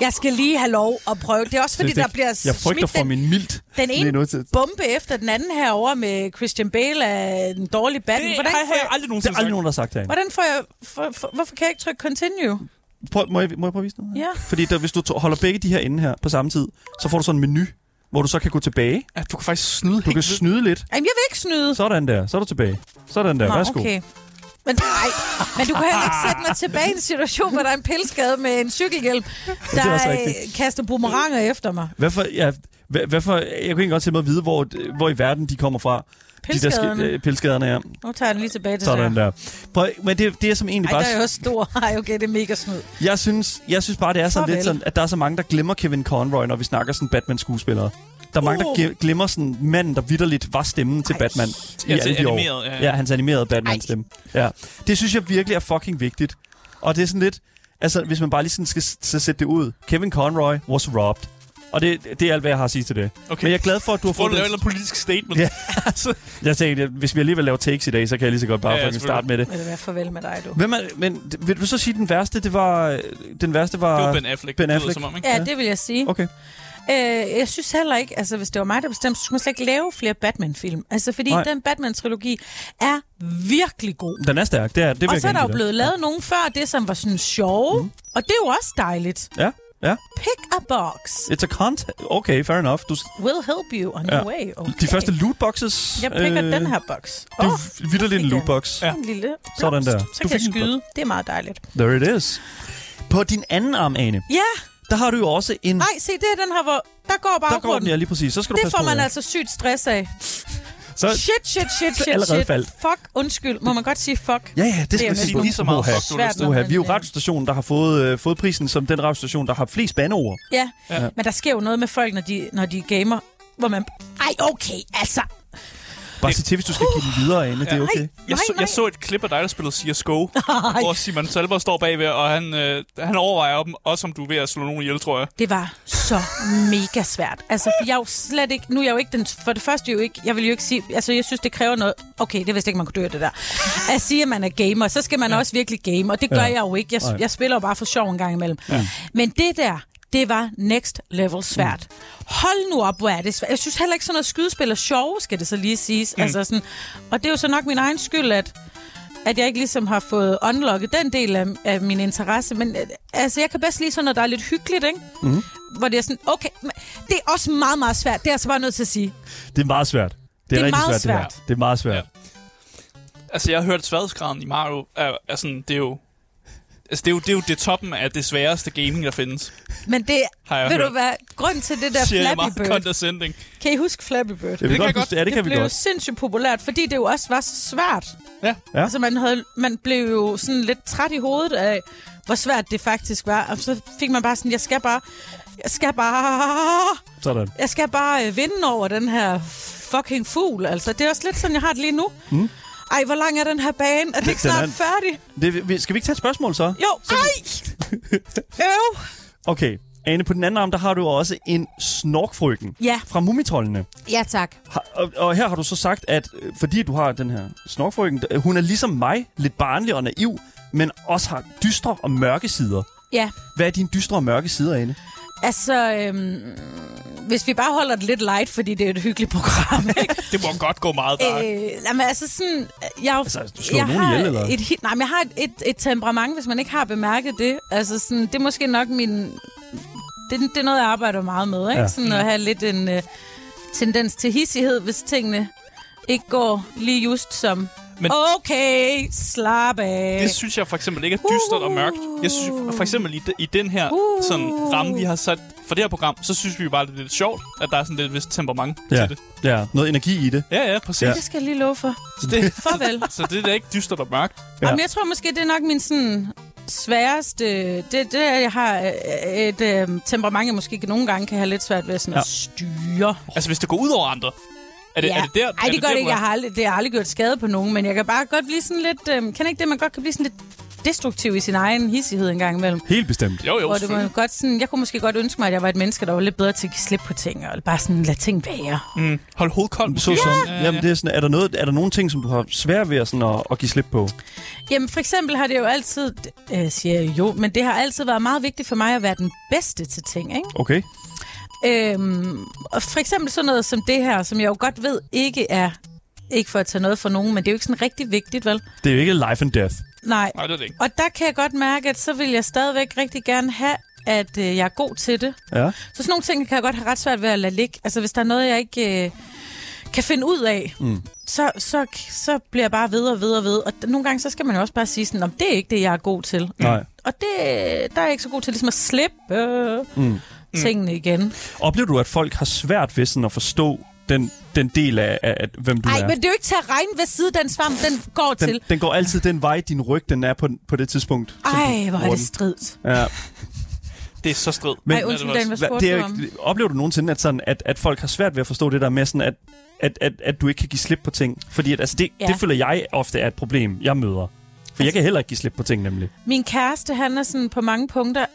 Jeg skal lige have lov at prøve. Det er også fordi, Synes det der ikke. bliver jeg frygter smidt for den, min mildt. den lige nu ene til- bombe efter den anden herover med Christian Bale af en dårlig Det batting. Hvordan, har jeg, får har jeg jeg, aldrig Det nogensinde er aldrig sagt. nogen, der har sagt det. herinde. hvordan får jeg... For, for, hvorfor kan jeg ikke trykke continue? Prøv, må, jeg, må jeg prøve at vise noget? Ja. Fordi der, hvis du to- holder begge de her inde her på samme tid, så får du sådan en menu, hvor du så kan gå tilbage. At du kan faktisk snyde Du kan helt vildt. snyde lidt. Jamen, jeg vil ikke snyde. Sådan der. Så er du tilbage. Sådan der. Nå, Værsgo. okay. Men, nej, men du kan heller ikke sætte mig tilbage i en situation, hvor der er en pilskade med en cykelhjelm, der også øh, rigtigt. kaster boomeranger efter mig. Hvad for, ja, hvad, hvad for, jeg kunne ikke godt tænke mig at vide, hvor, hvor i verden de kommer fra. De Pilskaderne. der ske- øh, pilskaderne, ja. Nu tager jeg den lige tilbage til Sådan dig. der. Prøv, men det, det er som egentlig Ej, bare... der er jo også stor. <laughs> Ej, okay, det er mega snyd. Jeg synes, jeg synes bare, det er sådan Farvel. lidt sådan, at der er så mange, der glemmer Kevin Conroy, når vi snakker sådan Batman-skuespillere. Der er mange, Uh. der ge- glemmer sådan manden, der vidderligt var stemmen til Ej. Batman i Ja, alle til de år. altså animeret, ja. Ja, hans animerede Ej. Batman-stemme. Ja. Det synes jeg virkelig er fucking vigtigt. Og det er sådan lidt, altså hvis man bare lige sådan skal s- så sætte det ud. Kevin Conroy was robbed. Og det, det er alt, hvad jeg har at sige til det. Okay. Men jeg er glad for, at du har Prøv fået at lave et eller det. andet politisk statement. <laughs> Ja. altså, Jeg tænkte, at hvis vi alligevel laver takes i dag, så kan jeg lige så godt bare Ja, ja, ja, fucking starte med det. Vil det være farvel med dig, du? Hvem er, men vil du så sige, at den værste, det var... øh, Den værste var... det var Ben Affleck. Ben det lyder Affleck. Som om, ikke? Ja, det vil jeg sige. Okay. Øh, jeg synes heller ikke, altså hvis det var mig, der bestemte, så skulle man slet ikke lave flere Batman-film. Altså fordi Nej. Nej. den Batman-trilogi er virkelig god. Den er stærk, det er det vil Og jeg så er gerne der jo give dig. blevet lavet nogen før det, som var sådan sjove. Mm. Og det er jo også dejligt. Ja, ja. Pick a box. It's a content. Okay, fair enough. Du, s- Will help you on the Ja. ja. way. Okay. De første lootboxes... Jeg picker øh, den her box. Åh, oh, Det er vidderligt en fik jeg. lootbox. Ja. en lille blomst. Sådan der. Så Du kan jeg fik en skyde. Det er meget dejligt. There it is. På din anden arm, Ane, Ja, der har du jo også en... nej, se, det er den her, hvor der går der går den, baggrunden. ja, lige præcis. Så skal du Det passe får på, man ja. altså sygt stress af. Så, Shit, shit, shit, shit, allerede shit. faldt. Fuck, undskyld. Må man godt sige fuck? ja, ja, det Det er skal man næsten sige. lige så meget Oha. fuck, du har lyst til. Svært, Oha, vi er jo men, øh, radiostationen, der har fået, øh, fået prisen som den radiostation, der har flest bandeord. Ja. Ja. ja, men der sker jo noget med folk, når de, når de gamer, hvor man... Ej, okay, altså. Bare sig til, hvis du skal give den videre, Ane. Det er okay. Jeg, Nej, så, nej. jeg så et klip af dig, der spillede <laughs> CSGO, Ej. hvor Simon Salver står bagved, og han, øh, han overvejer dem, også om du er ved at slå nogen ihjel, tror jeg. Det var så mega svært. Altså, for jeg er jo slet ikke... Nu er jeg jo ikke den... For det første jo ikke... Jeg vil jo ikke sige... Altså, jeg synes, det kræver noget... Okay, det vidste jeg ikke, man kunne dø af det der. At sige, at man er gamer, så skal man ja. også virkelig game. Og det gør Ja. ja. jeg jo ikke. Jeg, Nej. jeg spiller jo bare for sjov en gang imellem. Ja. Men det der, det var next level svært. Hold nu op, hvor er det svært. Jeg synes heller ikke, sådan noget skydespil er sjov, skal det så lige siges. Mm. Altså sådan, og det er jo så nok min egen skyld, at at jeg ikke ligesom har fået unlocket den del af, af min interesse, men øh, altså, jeg kan bedst lide sådan noget, der er lidt hyggeligt, ikke? Mm. Hvor det er sådan, okay, men det er også meget, meget svært. Det er jeg altså bare nødt til at sige. Det er meget svært. Det er, er rigtig meget svært, det her. Det er meget svært. Altså, jeg har hørt sværhedsgraden i Mario, er, er sådan, det er jo... Altså, det er, jo, det er jo det toppen af det sværeste gaming, der findes. Men det Har jeg ved hørt. du hvad, grund til det der Siger jeg Flappy meget Bird. condescending. Kan I huske Flappy Bird? Jeg Det vil kan godt jeg huske- Ja, det kan vi blev jo godt. sindssygt populært, fordi det jo også var så svært. Ja. Ja. Altså, man, havde, man blev jo sådan lidt træt i hovedet af, hvor svært det faktisk var. Og så fik man bare sådan, jeg skal bare, jeg skal bare, Sådan. jeg skal bare øh, vinde over den her fucking fugl. Altså, det er også lidt sådan, jeg har det lige nu. Mm. Ej, hvor lang er den her bane? <laughs> Er det ikke Den er- snart færdig? Det, vi- skal vi ikke tage et spørgsmål så? Jo, ej! <laughs> Øv! Okay, Ane, på den anden arm, der har du også en snorkfrøken Ja. fra Mumitrollene. Ja, tak. Har- Og, og her har du så sagt, at øh, fordi du har den her snorkfrøken, d- hun er ligesom mig, lidt barnlig og naiv, men også har dystre og mørke sider. Ja, Hvad er dine dystre og mørke sider, Ane? altså, øhm, hvis vi bare holder det lidt light, fordi det er et hyggeligt <laughs> program, ikke? Det må godt gå meget der. Øh, jamen, altså sådan... Jeg, er jo- Altså, du slår jeg nogen har ihjel, eller? Et, hi- nej, men jeg har et, et, et temperament, hvis man ikke har bemærket det. Altså sådan, det er måske nok min... Det, det er noget, jeg arbejder meget med, ikke? Ja. Ja. Sådan at have lidt en uh, tendens til hissighed, hvis tingene ikke går lige just som... Men- Men, okay, slap af. Det synes jeg for eksempel ikke er dystert og mørkt. Jeg synes Uh-huh. for eksempel i, de- i den her sådan, ramme, vi har sat for det her program, så synes vi jo bare, det er lidt sjovt, at der er sådan lidt vist temperament til det. ja. Noget energi i det. Ja, ja, præcis. Ja. Ja. Det skal jeg lige love for. Så, det, <laughs> Farvel. så det er da ikke dystert og mørkt. Ja. Ja. Jamen, jeg tror måske, det er nok min sådan sværeste... Det, det jeg har øh, et øh, temperament, jeg måske nogle gange kan have lidt svært ved sådan ja. Ja. at styre. Altså, hvis det går ud over andre. Er det, ja. er det der? Ej, er det, der, gør det ikke. hvor- Jeg har aldrig, det har aldrig gjort skade på nogen, men jeg kan bare godt blive sådan lidt... Øh, kan ikke det, man godt kan blive sådan lidt destruktiv i sin egen hissighed en gang imellem. Helt bestemt. Jo, jo, Hvor det var selvfølgelig. godt sådan, jeg kunne måske godt ønske mig, at jeg var et menneske, der var lidt bedre til at give slip på ting, og bare sådan lade ting være. Mm. Hold hovedet koldt. Så, måske så, også. jamen, det er, sådan, er, der noget, er der nogle ting, som du har svært ved at, sådan, at, at give slip på? Jamen for eksempel har det jo altid, øh, siger jeg jo, men det har altid været meget vigtigt for mig at være den bedste til ting, ikke? Okay. Øhm, og for eksempel sådan noget som det her, som jeg jo godt ved ikke er, ikke for at tage noget fra nogen, men det er jo ikke sådan rigtig vigtigt, vel? Det er jo ikke life and death. Nej. Nej, det er det ikke. Og der kan jeg godt mærke, at så vil jeg stadigvæk rigtig gerne have, at øh, jeg er god til det. Ja. Så sådan nogle ting kan jeg godt have ret svært ved at lade ligge. Altså hvis der er noget, jeg ikke øh, kan finde ud af, mm. så, så, så bliver jeg bare ved og ved og ved. Og d- nogle gange, så skal man jo også bare sige sådan, om det er ikke det, jeg er god til. Nej. Og det, der er jeg ikke så god til ligesom at slippe øh, mm. tingene igen. Oplever du, at folk har svært ved sådan at forstå den, den del af, af, af hvem du Nej, er? men det er jo ikke til at regne, hvad side den svamp, den går den, til. den, den går altid den vej, din ryg den er på, på det tidspunkt. som du Ej, hvor er bruger det den. stridt. Ja. Det er så strid. Men- Ej, undskyld, det er Dan, hvad Hva, spurgte det er du jo om? ikke, oplever du nogensinde, at, sådan, at, at folk har svært ved at forstå det der med, sådan, at, at, at, at du ikke kan give slip på ting? Fordi at, altså, det, ja. Ja. det føler jeg ofte er et problem, jeg møder. For jeg kan heller ikke give slip på ting, nemlig. Min kæreste, han er sådan på mange punkter,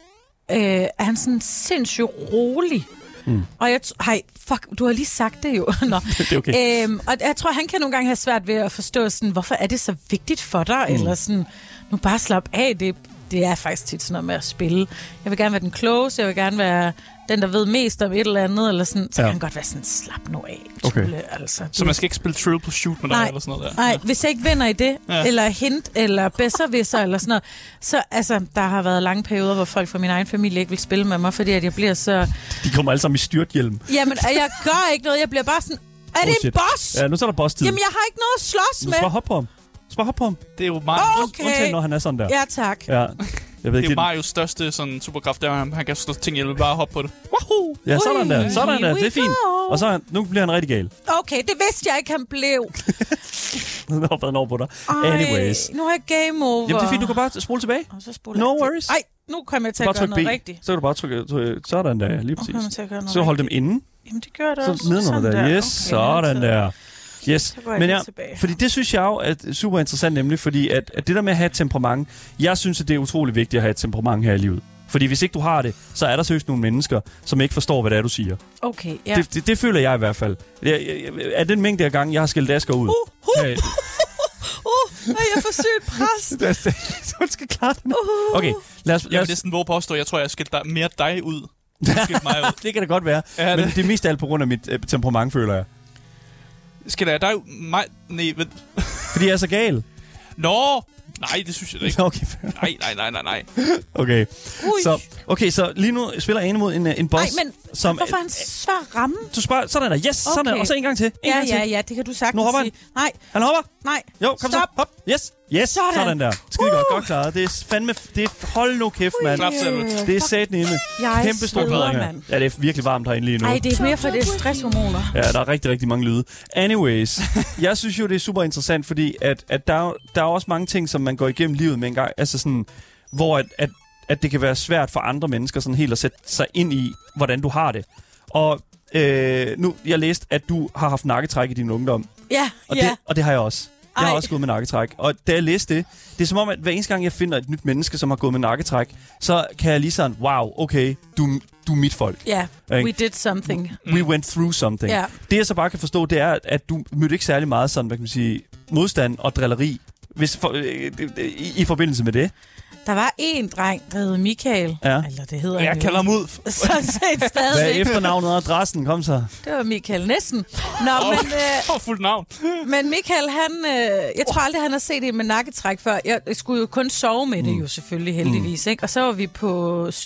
øh, er han sådan sindssygt rolig. Mm. Og jeg... T- hej, fuck, du har lige sagt det jo. <laughs> Nå. <laughs> Det er okay. Øhm, og jeg tror, han kan nogle gange have svært ved at forstå, sådan, hvorfor er det så vigtigt for dig? Mm. Eller sådan, nu bare slap af. Det, det er faktisk tit sådan noget med at spille. Jeg vil gerne være den klogeste, jeg vil gerne være den, der ved mest om et eller andet. Eller sådan. Så Ja. ja. kan han godt være sådan, slap nu af, Okay. Tule, okay. altså. Så man skal ikke spille Trivial Pursuit med dig, Nej. eller sådan noget der. Nej, hvis jeg ikke vinder i det, Ja. ja. eller hint, eller bedservisser, eller sådan noget, så altså, der har været lange perioder, hvor folk fra min egen familie ikke vil spille med mig, fordi at jeg bliver så... De kommer alle sammen i styrthjelm. Jamen, og jeg gør ikke noget, jeg bliver bare sådan... Er det en Bullshit. boss? Ja, nu så er der boss-tid. Jamen, jeg har ikke noget at slås Du med. skal bare hoppe på ham. Du skal bare hoppe på ham. Det er jo Mario, Okay. Undtagen, når han er sådan der. Ja, tak. ja. Jeg ved det er ikke, jo Marios største sådan, superkraft, der han, han kan slå ting ihjel, bare hoppe på det. Wahoo! Ja, sådan der. Ui, Sådan der. here Det er we fint. go. Og så er han- nu bliver han rigtig gal. <laughs> Okay, det vidste jeg ikke, han blev. Han hopper han over på dig. Ej, Anyways. nu har jeg game over. Jamen, det er fint. Du kan bare spole tilbage. Og så spoler No jeg til- worries. Ej, nu kommer jeg til Så at bare gøre tryk B. noget rigtigt. Så kan du bare trykke, trykke sådan der. Lige Nu kommer jeg præcis. til at gøre noget Så hold dem rigtigt. inde. Jamen, det gør det Så også. nedenunder der. Yes, Okay, sådan der. Yes. Så går jeg Men lige ja, tilbage. fordi det synes jeg jo er super interessant nemlig, fordi at, at det der med at have et temperament, jeg synes, at det er utrolig vigtigt at have et temperament her i livet. Fordi hvis ikke du har det, så er der seriøst nogle mennesker, som ikke forstår, hvad det er, du siger. Okay, ja. Ja. Det, det, det føler jeg i hvert fald. Jeg, jeg, jeg, af den mængde af gange, jeg har skældt Asger ud. <laughs> Uh, uh, Øh, uh, er jeg for sygt pres? så hun skal klare den. Uh. Okay, lad os... Lad Jamen, os det er sådan, hvor påstår, jeg tror, jeg har skilt dig, mere dig <laughs> ud. end Jeg har skilt mig ud. det kan det godt være. Ja, Ja, det. Men det- det er mest af alt på grund af mit øh, temperament, føler jeg. Skiller jeg dig ud? Nej, nej, vent. Fordi jeg er så gal. Nå! Nej, det synes jeg da ikke. <laughs> Okay, fair. Nej, nej, nej, nej, nej. okay. Ui. Så, okay, så lige nu spiller Ane mod en, øh, en Nej, boss, men som... øh, hvorfor er han svær ramme? Du spørger, sådan der, yes, okay. sådan der, Okay. og så en gang til. En Ja, gang ja, til. ja, det kan du sagtens Nu hopper han. sige. Nej, Han hopper. nej. Jo, kom Stop. så. Hop. Yes. Yes. Sådan, Sådan. sådan der. Skide godt. Uh. Godt klaret. Det er fandme... Det er, hold nu kæft, mand. Klap selv. Det er sat inde. Jeg Kæmpe stor sveder, bedring mand. Ja, det er virkelig varmt herinde lige nu. Nej, det er mere for det er stresshormoner. Ja, der er rigtig, rigtig mange lyde. <laughs> Anyways, jeg synes jo, det er super interessant, fordi at, at der, er jo- der er også mange ting, som man går igennem livet med en gang, altså sådan, hvor at, at, at det kan være svært for andre mennesker sådan helt at sætte sig ind i, hvordan du har det. Og øh, nu, jeg læste, at du har haft nakketræk i din ungdom. Ja, Og, ja. det, og det har jeg også. Jeg har Ej. også gået med nakketræk. Og da jeg læste det, det er som om, at hver eneste gang, jeg finder et nyt menneske, som har gået med nakketræk, så kan jeg lige sådan, wow, okay, du, du er mit folk. Ja, Ikke? we did something. We went through something. Ja. Det jeg så bare kan forstå, det er, at- at du mødte ikke særlig meget sådan, hvad kan man sige, modstand og drilleri hvis for, øh, øh, øh, i, i forbindelse med det. Der var en dreng, der hed Michael. Ja. Eller det hedder han Jeg jo. kalder ham ud. Sådan set Hvad er stadig. efternavnet og adressen? Kom så. Det var Michael Nissen. Nå, men... Øh, Åh, fuldt navn. Men Michael, han, øh, jeg tror aldrig, han har set det med nakketræk før. Jeg skulle jo kun sove med Mm. det jo selvfølgelig, heldigvis. Ikke? Og så var vi på s-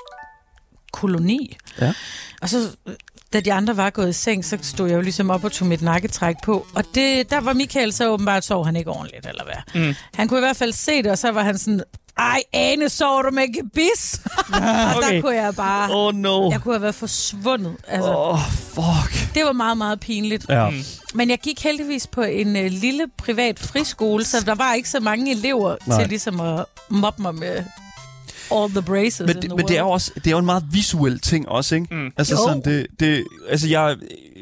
koloni. Ja. Og så, øh, da de andre var gået i seng, så stod jeg jo ligesom op og tog mit nakketræk på. Og det, der var Michael så åbenbart, sov han ikke ordentligt, eller hvad. Mm. Han kunne i hvert fald se det, og så var han sådan, ej, Ane, sov du med gebis? <laughs> og okay. der kunne jeg bare... Åh, oh, no. Jeg kunne have været forsvundet. Altså, Åh, oh, fuck. Det var meget, meget pinligt. Ja. Men jeg gik heldigvis på en øh, lille privat friskole, så der var ikke så mange elever Nej. Nej. til ligesom at mobbe mig med all the braces in Men, the det, men det er jo world. også det er jo en meget visuel ting også, ikke? Mm. Altså Jo. sådan det, det altså jeg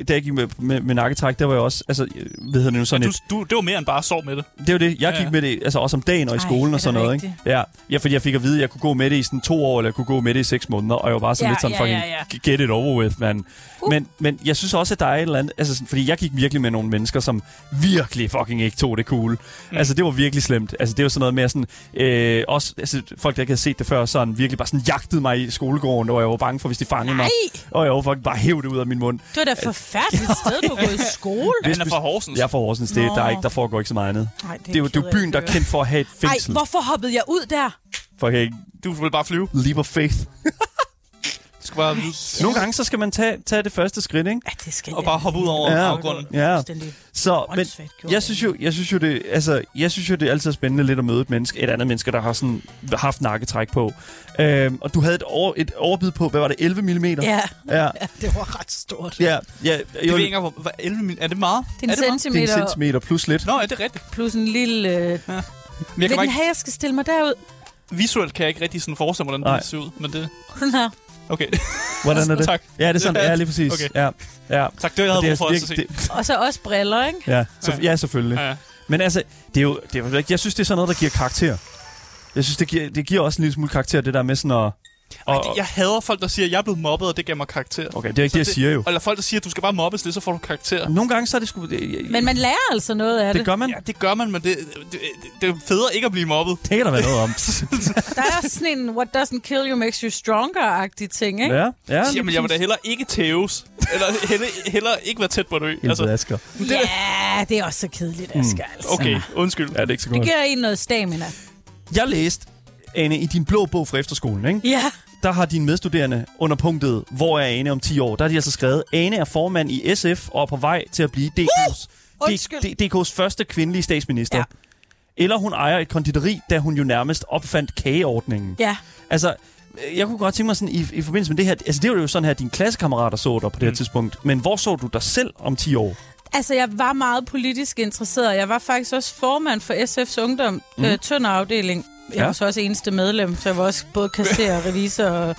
da jeg gik med, med, med nakketræk, der var jeg også, altså, øh, hvad hedder det nu, sådan Du, et, du, det var mere end bare sov med det. det er jo det, jeg Ja, gik ja. med det, altså også om dagen og i Ej, skolen er og det sådan noget, ikke? rigtigt? Ja. ja, fordi jeg fik at vide, at jeg kunne gå med det i sådan to år, eller jeg kunne gå med det i seks måneder, og jeg var bare sådan Ja, lidt sådan, ja, ja, fucking get it over with, man. Uh. Men, men jeg synes også, at der er et eller andet, altså, sådan- fordi jeg gik virkelig med nogle mennesker, som virkelig fucking ikke tog det cool. Mm. Altså, det var virkelig slemt. Altså, det var sådan noget med sådan, øh, også altså, folk, der ikke havde set det før, sådan virkelig bare sådan jagtede mig i skolegården, og jeg var bange for, hvis de fangede mig. Og jeg var fucking bare hæv det ud af min mund. Det var da et <laughs> forfærdeligt sted, du har gået i skole. Hvis, han er fra Horsens. Jeg er fra Horsens, det, Nå. der, er ikke, der foregår ikke så meget andet. Nej, Det er jo, det er jo byen, der er kendt for at have et Nej, fængsel. hvorfor hoppede jeg ud der? Fucking Du vil bare flyve. leap of faith. Du skal bare vide. Nogle gange så skal man tage, tage det første skridt, ikke? Ja, det skal Og bare hoppe ud over Ja. afgrunden. Ja. Fuldstændig. Så, men Åndssvagt gjort. jeg synes jo, jeg synes jo det, altså, jeg synes jo det er altid spændende lidt at møde et menneske, et andet menneske, der har sådan haft nakketræk på. Øhm, og du havde et, over, et overbid på, hvad var det, 11 mm? Ja. Ja. ja, det var ret stort. Ja, ja, Det jo, ved jeg ikke engang, hvor- hvad- 11 min. Er det meget? Det er en det meget? det er en centimeter, centimeter plus lidt. Nå, er det rigtigt? plus en lille... Øh, Men jeg kan vil bare den ikke, have, jeg skal stille mig derud? <laughs> visuelt kan jeg ikke rigtig sådan forestille mig, hvordan Nej. det ser ud. Men det... Sådan her. Okay, Hvordan <laughs> er det? tak. Ja, det er sådan, ja, lige præcis. Okay. Ja, ja. Tak, det var jeg havde Det er brug for også altså at se. virkelig- det- Og så også briller, ikke? Ja, så, ja, selvfølgelig. Ja, ja. Men altså, det er jo, det er, jo ikke- jeg synes, det er sådan noget, der giver karakter. Jeg synes, det giver, det giver også en lille smule karakter, det der med sådan at... Ej, Og, det, jeg hader folk, der siger, at jeg er blevet mobbet, og det gav mig karakter. okay, det er ikke det, jeg siger jo. Eller folk, der siger, at du skal bare mobbes lidt, så får du karakter. Nogle gange så er det sgu... Det, Men man lærer altså noget af det. det gør man. Ja, det gør man, men det, det, det- det er federe ikke at blive mobbet. Det kan der være <laughs> noget om. Der er også sådan en, what doesn't kill you makes you stronger-agtig ting, ikke? ja, ja. Jamen, jeg vil da hellere ikke tæves. Eller hellere, hellere ikke være tæt på at dø. Altså, Altså, Asger. Ja, yeah, det er også så kedeligt, Mm. Asger, altså. okay, undskyld. Ja, det er ikke så Det godt. giver en noget stamina. Jeg læste, Anne, i din blå bog fra efterskolen, ikke? Ja. der har dine medstuderende under punktet, hvor er Ane om 10 år, der har de altså skrevet, Ane er formand i SF og er på vej til at blive DK's, Undskyld. D- DK's første kvindelige statsminister. Ja. Ja. Eller hun ejer et konditori, da hun jo nærmest opfandt kageordningen. Ja. Altså, øh, jeg kunne godt tænke mig sådan, i, i forbindelse med det her, altså det var jo sådan her, at dine klassekammerater så dig på det her tidspunkt, men hvor så du dig selv om 10 år? Altså, jeg var meget politisk interesseret. Jeg var faktisk også formand for SF's Ungdom, mm. øh, tønder afdeling. Jeg Mhm. Ja. var så også eneste medlem, så jeg var også både kasserer, revisor og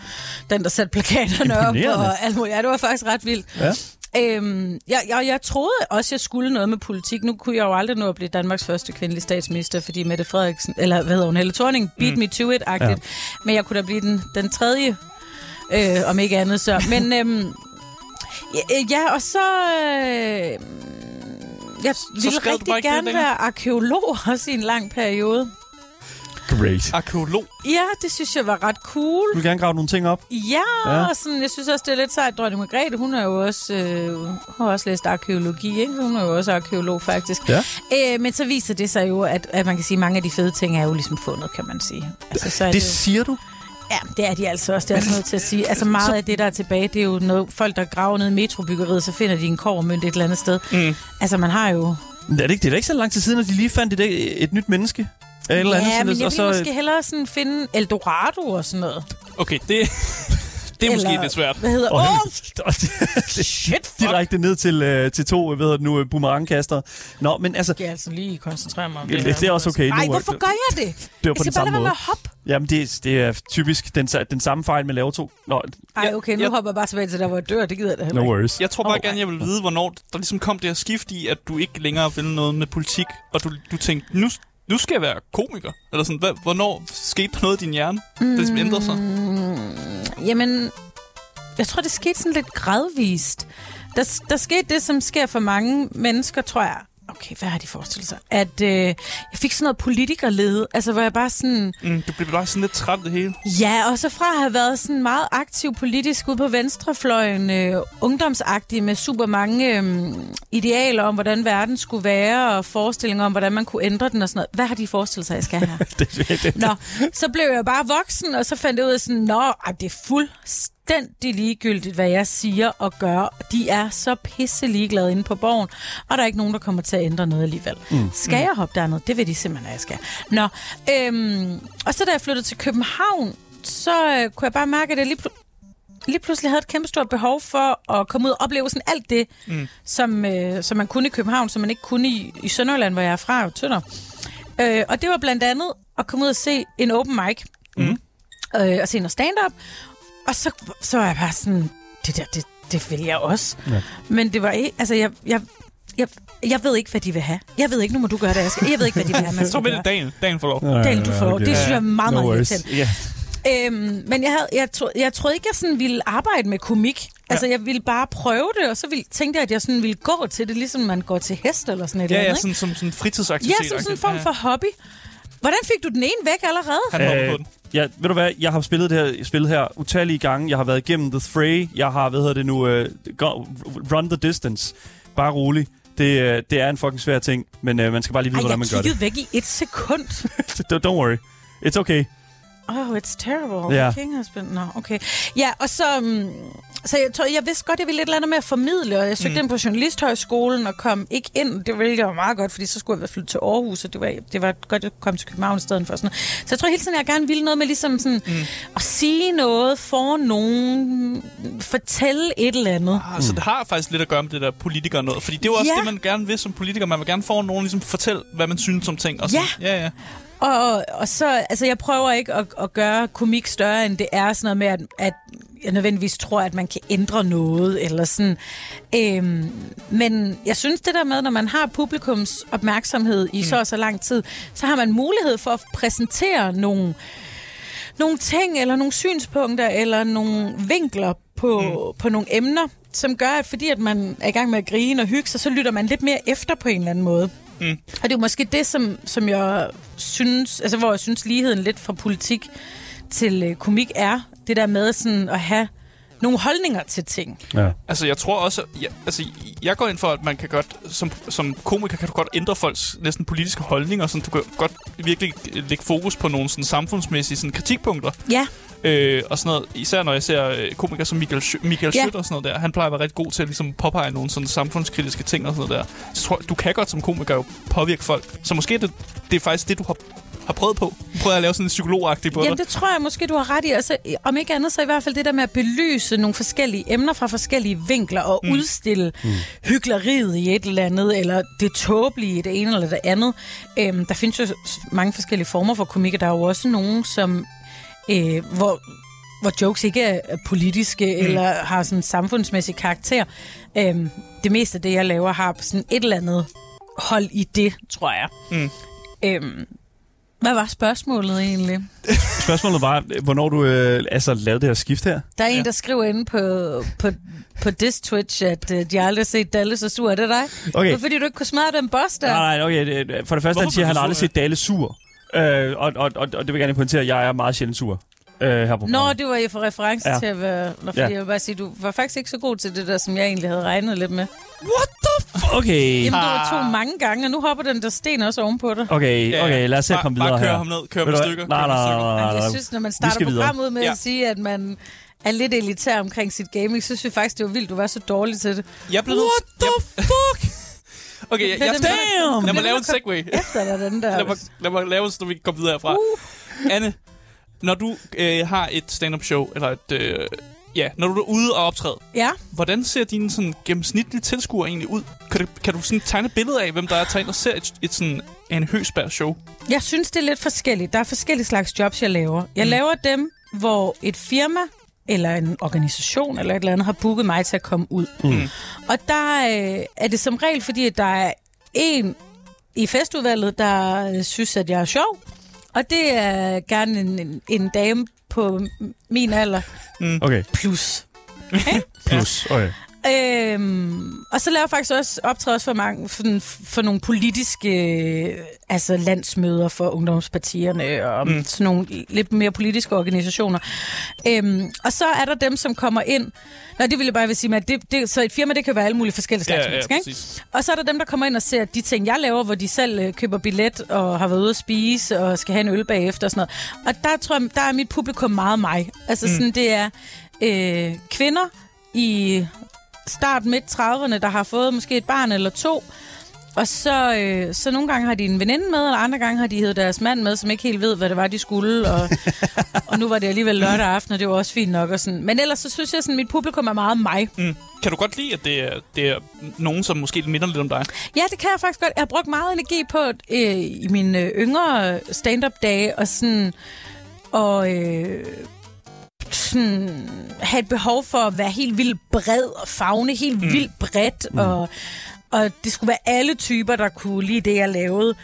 den, der satte plakaterne op Imponerende. og alt muligt. Ja, det var faktisk ret vildt. Ja. Øhm, jeg, jeg, jeg troede også, jeg skulle noget med politik. Nu kunne jeg jo aldrig nå at blive Danmarks første kvindelige statsminister, fordi Mette Frederiksen, eller hvad hedder hun, Helle Thorning, beat mm. me to it-agtigt. Ja. Ja. Men jeg kunne da blive den, den tredje, øh, om ikke andet så. Men øhm, ja, øh, ja, og så... Øh, jeg ville skrev du bare ikke rigtig det gerne længere? være arkeolog også i en lang periode. Great. Arkeolog. Ja, det synes jeg var ret cool. Du vil gerne grave nogle ting op? Ja, Ja. ja. Og sådan, jeg synes også, det er lidt sejt. Dronning Margrethe, hun har jo også, øh, hun har også læst arkeologi, ikke? Hun er jo også arkeolog, faktisk. Ja. Øh, men så viser det sig jo, at, at man kan sige, at mange af de fede ting er jo ligesom fundet, kan man sige. Altså, så er Det det, siger du? ja, det er de altså også, det er jeg også nødt til at sige. <laughs> Altså meget af det, der er tilbage, det er jo noget, folk, der graver ned i metrobyggeriet, så finder de en kovermønt et eller andet sted. Mm. Altså, man har jo... Men er det ikke, det er da ikke så lang tid siden, at de lige fandt et, et nyt menneske? Eller ja, andet, sådan, men jeg og ville så, måske hellere sådan finde Eldorado og sådan noget. Okay, det, <laughs> det er måske Eller- lidt svært. Hvad hedder... Og Åh, oh, oh, shit, <laughs> direkte ned til, øh, til to hvad hedder det nu, øh, boomerangkaster. Nå, men altså, jeg altså lige koncentrere mig om Ja, det, det- her. det er også okay. Ej, Nu- hvorfor gør jeg det? det var på jeg den skal bare samme lade være måde. med at hoppe. Jamen, det, det er typisk den, sa- den samme fejl med lave to. Nå, Ej, okay, nu jeg- hopper jeg bare tilbage til der, hvor jeg dør. Det gider jeg da no heller ikke. worries. Jeg tror bare Alright. gerne, jeg vil vide, hvornår der ligesom kom det her skift i, at du ikke længere ville noget med politik, og du, du tænkte, nu, nu skal jeg være komiker. Eller sådan, hvad, hvornår skete der noget i din hjerne, mm. der ligesom ændrede sig? Mm, Jamen, jeg tror, det skete sådan lidt gradvist. Der, der skete det, som sker for mange mennesker, tror jeg. Okay, hvad har de forestillet sig? At øh, jeg fik sådan noget politikerlede, altså hvor jeg bare sådan... Mm, du blev bare sådan lidt træt af det hele. Ja, og så fra at have været sådan meget aktiv politisk ude på venstrefløjen, øh, ungdomsagtig med super mange øh, idealer om, hvordan verden skulle være, og forestillinger om, hvordan man kunne ændre den og sådan noget. Hvad har de forestillet sig, jeg skal have? det, det, <laughs> Nå, så blev jeg bare voksen, og så fandt jeg ud af sådan, nå, ej, det er fuldstændig ligegyldigt, hvad jeg siger og gør. De er så pisse ligeglade inde på borgen, og der er ikke nogen, der kommer til at ændre noget alligevel. Mm. Skal jeg hoppe derned? Det vil de simpelthen, at jeg skal. Nå, øhm, og så da jeg flyttede til København, så øh, kunne jeg bare mærke, at jeg lige, pl- lige pludselig havde et kæmpe stort behov for at komme ud og opleve sådan alt det, mm. som, øh, som man kunne i København, som man ikke kunne i, i Sønderjylland, hvor jeg er fra, jo tønder. Øh, og det var blandt andet at komme ud og se en open mic. Mm. Øh, og se noget stand-up. Og så, så var jeg bare sådan, det der, det, det vil jeg også. Ja. Men det var ikke... Altså, jeg, jeg, jeg, jeg ved ikke, hvad de vil have. Jeg ved ikke, nu må du gøre det, Asger. Jeg ved ikke, hvad de vil have. Man Så med det Daniel. Daniel får lov. Daniel, du får. okay. Det synes jeg er meget, No meget worries. irriterende. Ja. Øhm, men jeg, havde, jeg, tro, jeg troede ikke, jeg sådan ville arbejde med komik. Altså, jeg ville bare prøve det, og så ville, tænkte jeg, at jeg sådan ville gå til det, ligesom man går til hest eller sådan et Ja, eller ja, andet. sådan, som sådan en ikke? fritidsaktivitet. ja, som sådan en form for hobby. Hvordan fik du den ene væk allerede? Han hopper på Øh, den. ja, ved du hvad, jeg har spillet det her spil her utallige gange. Jeg har været igennem The Fray. Jeg har, hvad hedder det nu, øh, go- Run the Distance. Bare rolig. Det, øh, det er en fucking svær ting, men øh, man skal bare lige vide, Ej, hvordan jeg man gør kiggede væk i et sekund. det. <laughs> Don't worry. It's okay. Oh, it's terrible. Ja. Yeah. King husband. Nå, okay. Ja, og så... Um, så jeg, tror, jeg vidste godt, jeg ville et eller andet med at formidle, og jeg søgte mm. ind på Journalisthøjskolen og kom ikke ind. Det ville jeg jo meget godt, fordi så skulle jeg være flyttet til Aarhus, og det var, det var godt, at jeg kom til København i stedet for. Sådan. noget. Så jeg tror hele tiden, jeg gerne ville noget med ligesom sådan, mm. at sige noget for nogen, fortælle et eller andet. Ah, så det har faktisk lidt at gøre med det der politiker noget. Fordi det er jo også Ja. det, man gerne vil som politiker. Man vil gerne få nogen ligesom fortælle, hvad man synes om ting. Og sådan. Ja, ja. Og, og så, altså jeg prøver ikke at, at gøre komik større, end det er sådan noget med, at, at jeg nødvendigvis tror, at man kan ændre noget, eller sådan. Øhm, men jeg synes det der med, når man har publikums opmærksomhed i mm. så og så lang tid, så har man mulighed for at præsentere nogle, nogle ting, eller nogle synspunkter, eller nogle vinkler på, mm. på nogle emner, som gør, at fordi at man er i gang med at grine og hygge sig, så lytter man lidt mere efter på en eller anden måde. Og det er jo måske det, som, som jeg synes, altså hvor jeg synes ligheden lidt fra politik til øh, komik er, det der med sådan at have nogle holdninger til ting. Ja. Altså, jeg tror også... Ja, altså, jeg går ind for, at man kan godt... Som, som komiker kan du godt ændre folks næsten politiske holdninger. Sådan, du kan godt virkelig lægge fokus på nogle sådan, samfundsmæssige sådan, kritikpunkter. Ja, Øh, og sådan noget. Især når jeg ser øh, komikere som Michael, Schø- Michael Ja. ja. Schødt og sådan noget der. Han plejer at være rigtig god til at ligesom, påpege nogle sådan, samfundskritiske ting og sådan noget der. Så tror, jeg, du kan godt som komiker jo påvirke folk. Så måske er det, det er faktisk det, du har, har prøvet på. Prøv at lave sådan en psykologagtig på jamen dig. det tror jeg måske, du har ret i. Og så, om ikke andet, så i hvert fald det der med at belyse nogle forskellige emner fra forskellige vinkler og mm. udstille mm. hyggeleriet i et eller andet, eller det tåbelige i det ene eller det andet. Øhm, der findes jo s- mange forskellige former for komik, og der er jo også nogen, som øh, hvor, hvor jokes ikke er er politiske mm. eller har sådan en samfundsmæssig karakter. Øhm, det meste af det, jeg laver, har sådan et eller andet hold i det, tror jeg. Mm. Øhm, hvad var spørgsmålet egentlig? Spørgsmålet var, øh, hvornår du øh, altså, lavede det her skift her? Der er en, der skriver inde på, på, på this Twitch, at øh, de aldrig har set Dalle så sur. Er det dig? Okay. Det er, fordi du ikke kunne smadre den boss der. Nej, nej, okay. det- det- For det første, Hvorfor han siger, blev at han du aldrig sur, set Dale sur. Øh, og, og, og, og det vil jeg gerne pointere, at jeg er meget sjældent sur øh, her på Nå, programmet. det var jo for reference Ja. ja. til at være... Nå, fordi Ja. ja. jeg vil bare sige, du var faktisk ikke så god til det der, som jeg egentlig havde regnet lidt med. Okay, Jamen, du var to mange gange, og nu hopper den der sten også ovenpå dig. okay, okay. Lad os se at Bare- komme Bare videre kør her. ham ned. Kør ham Ved i du hvad? stykker. Nej, kør ham i nej, stykker. nej, nej, Ej, nej. jeg synes, når man skal starter videre. programmet ud med Ja. at sige, at man er lidt elitær omkring sit gaming, så synes jeg faktisk, det var vildt, du var så dårlig til det. Jeg blev What the fuck? <laughs> okay, jeg, Lad jeg, dem- damn! Lad mig Lad lave dem en segway. Efter der den lad, der... mig, lad mig lave en, så vi kan komme videre herfra. Uh. Anne, når du øh, har et stand-up show, eller et... Øh, ja, når du er ude og optræde, Ja, hvordan ser dine sådan, gennemsnitlige tilskuere egentlig ud? Kan du, kan du sådan tegne et billede af, hvem der er tager ind og ser et, et sådan en Høsberg show? jeg synes, det er lidt forskelligt. Der er forskellige slags jobs, jeg laver. Jeg laver dem, hvor et firma eller en organisation eller et eller andet har booket mig til at komme ud. Mm. Og der øh, er det som regel, fordi at der er en i festudvalget, der øh, synes, at jeg er sjov. Og det er gerne en, en, en dame på min alder Okay, plus. plus. Okay. Øhm, og så laver jeg faktisk også optræde også for, mange, for, for nogle politiske øh, altså landsmøder for ungdomspartierne og mm. sådan nogle lidt mere politiske organisationer. Øhm, og så er der dem, som kommer ind. Nå, det vil jeg bare vil sige, med, at det, det, så et firma, det kan være alle mulige forskellige slags mennesker, ikke? præcis. Og så er der dem, der kommer ind og ser de ting, jeg laver, hvor de selv øh, køber billet og har været ude at spise og skal have en øl bagefter og sådan noget. Og der tror jeg, der er mit publikum meget mig. Altså mm. sådan, det er øh, kvinder i start midt 30'erne, der har fået måske et barn eller to. Og så, øh, så nogle gange har de en veninde med, eller andre gange har de hævet deres mand med, som ikke helt ved, hvad det var, de skulle. Og, og nu var det alligevel lørdag aften, og det var også fint nok. Og sådan. Men ellers så synes jeg, at mit publikum er meget mig. Mm. Kan du godt lide, at det er, det er nogen, som måske minder lidt om dig? Ja, det kan jeg faktisk godt. Jeg har brugt meget energi på øh, i mine øh, yngre stand-up-dage og sådan og øh, sådan, have et behov for at være helt vildt bred og fagne helt mm. vildt bredt. Og, og det skulle være alle typer, der kunne lide det, jeg lavede.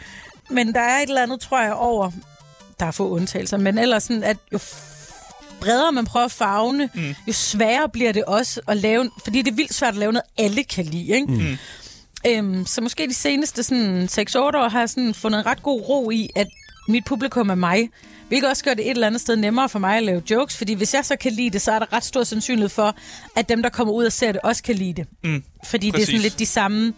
Men der er et eller andet, tror jeg, over... Der er få undtagelser, men ellers sådan, at jo bredere man prøver at fagne, mm. jo sværere bliver det også at lave... Fordi det er vildt svært at lave noget, alle kan lide, ikke? Mm. Øhm, så måske de seneste sådan, 6-8 år har jeg sådan, fundet en ret god ro i, at mit publikum er mig. Hvilket også gør det et eller andet sted nemmere for mig at lave jokes, fordi hvis jeg så kan lide det, så er der ret stor sandsynlighed for, at dem, der kommer ud og ser det, også kan lide det. Mm. Fordi Præcis. det er Præcis. sådan lidt de samme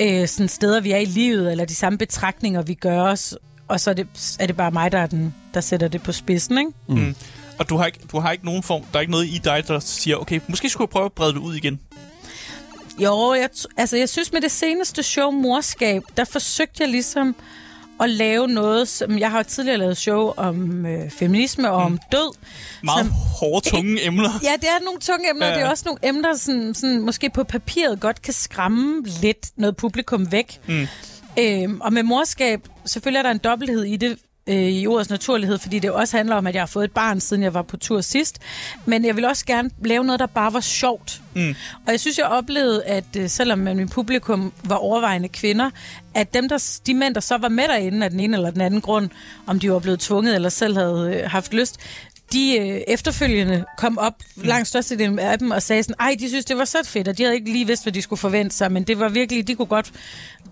øh, sådan steder, vi er i livet, eller de samme betragtninger, vi gør os. Og så er det, er det bare mig, der, er den, der sætter det på spidsen, ikke? Mm. Og du har, ikke, du har ikke nogen form, der er ikke noget i dig, der siger, okay, måske skulle jeg prøve at brede det ud igen. Jo, jeg, t- altså jeg synes med det seneste show, Morskab, der forsøgte jeg ligesom at lave noget, som jeg har jo tidligere lavet show om øh, feminisme og om død. Mm. Meget som- hårde, tunge emner. Ja, det er nogle tunge emner, Ja, ja. ja. det er også nogle emner, sådan, sådan, måske på papiret godt kan skræmme lidt noget publikum væk. Mm. Øhm, og med morskab, selvfølgelig er der en dobbelthed i det, øh, i ordets naturlighed, fordi det også handler om, at jeg har fået et barn, siden jeg var på tur sidst. Men jeg vil også gerne lave noget, der bare var sjovt. Mm. Og jeg synes, jeg oplevede, at øh, selvom man- min publikum var overvejende kvinder, at dem, der, s- de mænd, der så var med derinde af den ene eller den anden grund, om de var blevet tvunget eller selv havde øh, haft lyst, de øh, efterfølgende kom op, langt størstedelen af dem, og sagde sådan, ej, de synes, det var så fedt, og de havde ikke lige vidst, hvad de skulle forvente sig, men det var virkelig, de kunne godt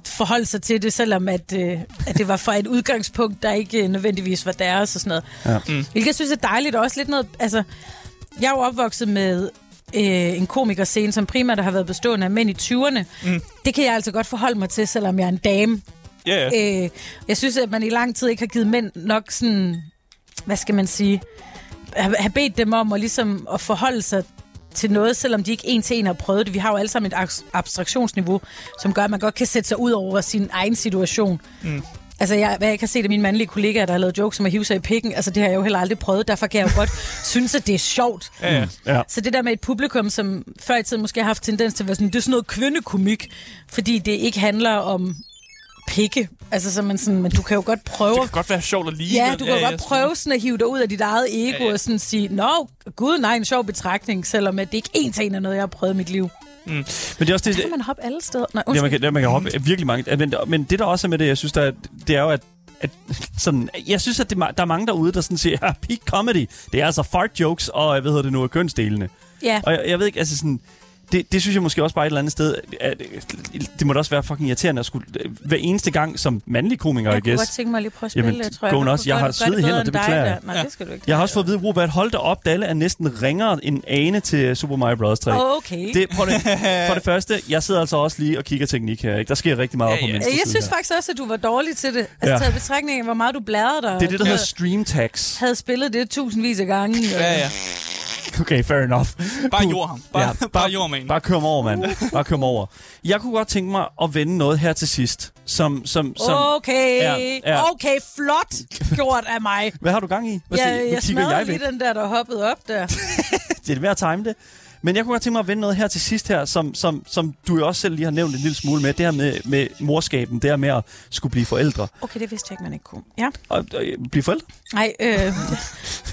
forholde sig til det, selvom at, øh, at det var fra et udgangspunkt, der ikke øh, nødvendigvis var deres og sådan noget. Ja. Mm. Hvilket jeg synes er dejligt, og også lidt noget, altså, jeg er jo opvokset med øh, en komikerscene, som primært har været bestående af mænd i 20'erne. Mm. Det kan jeg altså godt forholde mig til, selvom jeg er en dame. Ja, <laughs> ja. Øh, jeg synes, at man i lang tid ikke har givet mænd nok sådan... Hvad skal man sige? Har har bedt dem om at, ligesom, at forholde sig til noget, selvom de ikke en til en har prøvet det. Vi har jo alle sammen et abs- abstraktionsniveau, som gør, at man godt kan sætte sig ud over sin egen situation. Mm. Altså, jeg, hvad jeg kan se af mine mandlige kollegaer, der har lavet jokes om at hive sig i pikken, altså det har jeg jo heller aldrig prøvet, derfor kan jeg jo godt <laughs> synes, at det er sjovt. ja, ja. Ja. Så det der med et publikum, som før i tiden måske har haft tendens til at være sådan, det er sådan noget kvindekomik, fordi det ikke handler om pikke. Altså, så man sådan, men du kan jo godt prøve... Det at- kan godt være sjovt at lige. Ja, du kan jo godt sådan- prøve sådan at hive dig ud af dit eget ego Ja, ja. og sådan sige, nå, gud nej, en sjov betragtning, selvom at det ikke en til en er noget, jeg har prøvet i mit liv. Men det er også det, Kan man hoppe alle steder? Nej, Ja, undskyld. man kan, ja, man kan hoppe virkelig mange. Men, men det, der også er med det, jeg synes, der, er- det er jo, at, at sådan, jeg synes, at det, er ma- der er mange derude, der sådan siger, ja, peak comedy, det er altså fart jokes, og jeg ved, hvad det nu er kønsdelene. Ja. Og jeg, jeg ved ikke, altså sådan, det, det synes jeg måske også bare et eller andet sted, at, at det må da også være fucking irriterende at skulle, hver eneste gang som mandlig komiker, Jeg I kunne guess. godt tænke mig at lige prøve at spille, Jamen, jeg tror, gå jeg, også. Jeg har svedige hænder, det beklager jeg. jeg. Nej, det skal du ikke. Jeg har også fået at vide, Robert, hold da op, Dalle er næsten ringere end Ane til Super Mario Bros. 3. Okay. Det, prøv det, <laughs> for det første, jeg sidder altså også lige og kigger teknik her. Ikke? Der sker rigtig meget Ja, op på ja. min Jeg synes faktisk også, at du var dårlig til det. Altså, Ja. ja. taget i betragtning af, hvor meget du bladrede dig. Det er det, der og hedder stream tax. havde spillet det tusindvis af gange. Ja, ja. Okay, fair enough. Bare Cool. jord ham. Bare, Ja, ja, bare jord med en. Bare kør mig over, mand. Bare kør mig over. Jeg kunne godt tænke mig at vende noget her til sidst, som... som, som Okay, Ja, ja. okay, flot gjort af mig. Hvad har du gang i? Hvad siger- Jeg, nu jeg kigger smadrede væk. lige den der, der hoppede op der. det er med at time det. Men jeg kunne godt tænke mig at vende noget her til sidst her, som, som, som du jo også selv lige har nævnt en lille smule med. Det her med, med morskaben, det her med at skulle blive forældre. Okay, det vidste jeg ikke, man ikke kunne. Ja. Og, og øh, blive forældre? Nej, øh,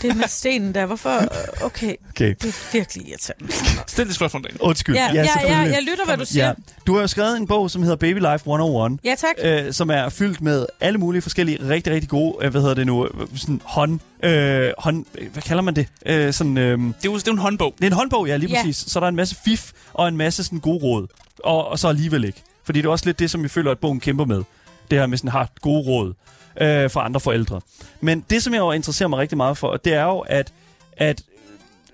det er med stenen der. Hvorfor? Øh, Okay, Okay. det er virkelig irriterende. Stil det spørgsmål, Daniel. Undskyld. Ja, ja, ja, selvfølgelig. jeg lytter, hvad du Ja. siger. Du har jo skrevet en bog, som hedder Baby Life 101. Ja, tak. øh, som er fyldt med alle mulige forskellige rigtig, rigtig gode, øh, hvad hedder det nu, øh, sådan hånd, øh, hånd, øh, hvad kalder man det? Øh, sådan, øh, det Det er jo det er jo en håndbog. er en håndbog, ja, lige Ja. præcis. Så der er en masse fif og en masse sådan gode råd, og, og så alligevel ikke. Fordi det er også lidt det, som jeg føler, at bogen kæmper med. Det her med sådan har gode råd øh, fra andre forældre. Men det, som jeg jo interesserer mig rigtig meget for, det er jo, at, at,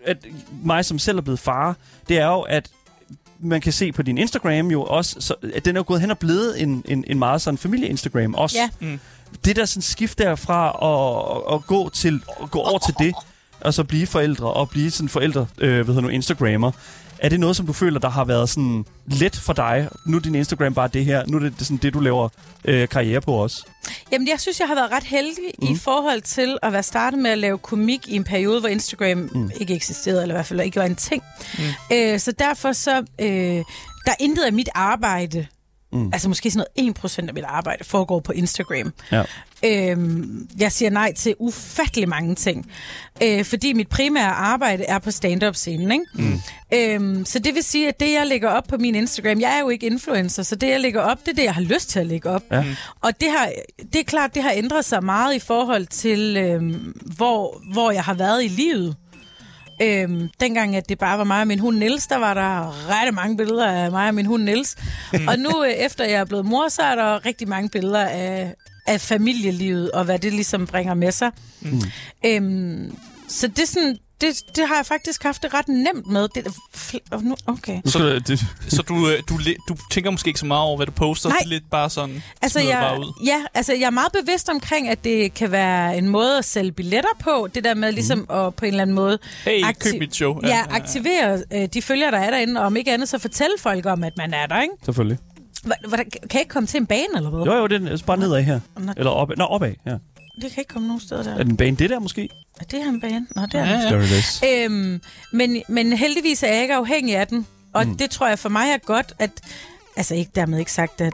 at mig som selv er blevet far, det er jo, at man kan se på din Instagram jo også, så, at den er jo gået hen og blevet en, en, en meget sådan familie-Instagram også. Ja. Mm. Det der sådan skift derfra at, at, at gå, til, at gå over til det, og så blive forældre, og blive sådan forældre, øh, hvad hedder nu, Instagrammer. Er det noget, som du føler, der har været sådan let for dig? Nu er din Instagram bare det her. Nu er det sådan det, du laver øh, karriere på også. Jamen, jeg synes, jeg har været ret heldig mm. i forhold til at være startet med at lave komik i en periode, hvor Instagram mm. ikke eksisterede, eller i hvert fald ikke var en ting. Mm. Øh, så derfor så... Øh, der er intet af mit arbejde, Mm. Altså måske sådan noget 1% af mit arbejde foregår på Instagram. Ja. Øhm, jeg siger nej til ufattelig mange ting, øh, fordi mit primære arbejde er på stand-up-scenen. Ikke? Mm. Øhm, så det vil sige, at det, jeg lægger op på min Instagram, jeg er jo ikke influencer, så det, jeg lægger op, det er det, jeg har lyst til at lægge op. Ja. Og det, har, det er klart, det har ændret sig meget i forhold til, øhm, hvor, hvor jeg har været i livet. Øhm, dengang, at det bare var mig og min hund Niels, der var der ret mange billeder af mig og min hund Niels. Og nu, øh, efter jeg er blevet mor, så er der rigtig mange billeder af, af familielivet, og hvad det ligesom bringer med sig. Mm. Øhm, så det, er sådan, det, det har jeg faktisk haft det ret nemt med. Det, er fl- og nu- okay. Nu skal du, det, Så du, øh, du, le- du tænker måske ikke så meget over, hvad du poster. Nej. Det er lidt bare sådan, Altså, smider jeg, bare ud. ja, altså, jeg er meget bevidst omkring, at det kan være en måde at sælge billetter på. Det der med ligesom at på en eller anden måde... Mhm. Hey, køb mit show. Ja, aktivere øh, de følgere, der er derinde, og om ikke andet, så fortælle folk om, at man er der, ikke? selvfølgelig. Hva- hvordan- Kan jeg ikke komme til en bane eller hvad? Jo, jo, det er bare nedad her. Nå. Eller opad. Nå, opad, ja. Det kan ikke komme nogen steder der. Er den bane det der måske? Er det her en bane? Nå, det er Ja, den. ja. There it is. Øhm, men, men heldigvis er jeg ikke afhængig af den. Og mm. det tror jeg for mig er godt, at... Altså ikke dermed ikke sagt, at,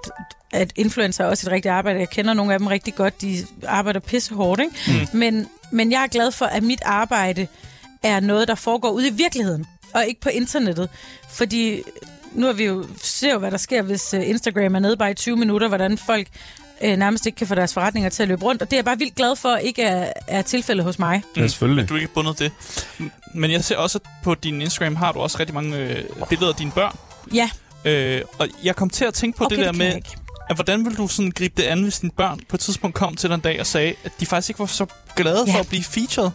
at influencer er også et rigtigt arbejde. Jeg kender nogle af dem rigtig godt. De arbejder pissehårdt, ikke? Mm. Men, men jeg er glad for, at mit arbejde er noget, der foregår ude i virkeligheden. Og ikke på internettet. Fordi nu er vi jo, ser jo, hvad der sker, hvis øh, Instagram er nede bare i 20 minutter, hvordan folk øh, nærmest ikke kan få deres forretninger til at løbe rundt. Og det er jeg bare vildt glad for, ikke er, er tilfældet hos mig. Ja, selvfølgelig. Du er ikke bundet det. M- Men jeg ser også, at på din Instagram har du også rigtig mange øh, billeder af dine børn. Ja, Øh, og jeg kom til at tænke på okay, det der kan jeg med, ikke. at hvordan ville du sådan gribe det an, hvis dine børn på et tidspunkt kom til dig en dag og sagde, at de faktisk ikke var så glade ja. Ja. for at blive featured?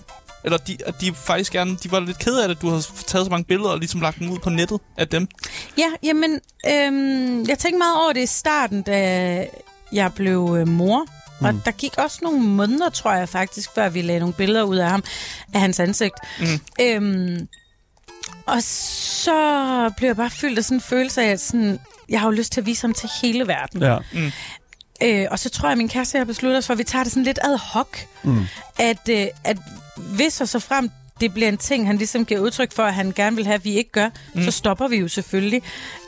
Eller de, at de faktisk gerne, de var lidt kede af det, at du havde taget så mange billeder og ligesom lagt dem ud på nettet af dem. Ja, jamen, øhm, jeg tænkte meget over det i starten, da jeg blev øh, mor. Og der gik også nogle måneder, tror jeg faktisk, før vi lagde nogle billeder ud af ham, af hans ansigt. Mm. Øhm, og så blev jeg bare fyldt af sådan en følelse af, at sådan, jeg har jo lyst til at vise ham til hele verden. Ja. Øh, og så tror jeg, at min kæreste og jeg beslutter os for, at vi tager det sådan lidt ad hoc. Mm. At, øh, at hvis og så frem det bliver en ting, han ligesom giver udtryk for, at han gerne vil have, at vi ikke gør, mm. så stopper vi jo selvfølgelig.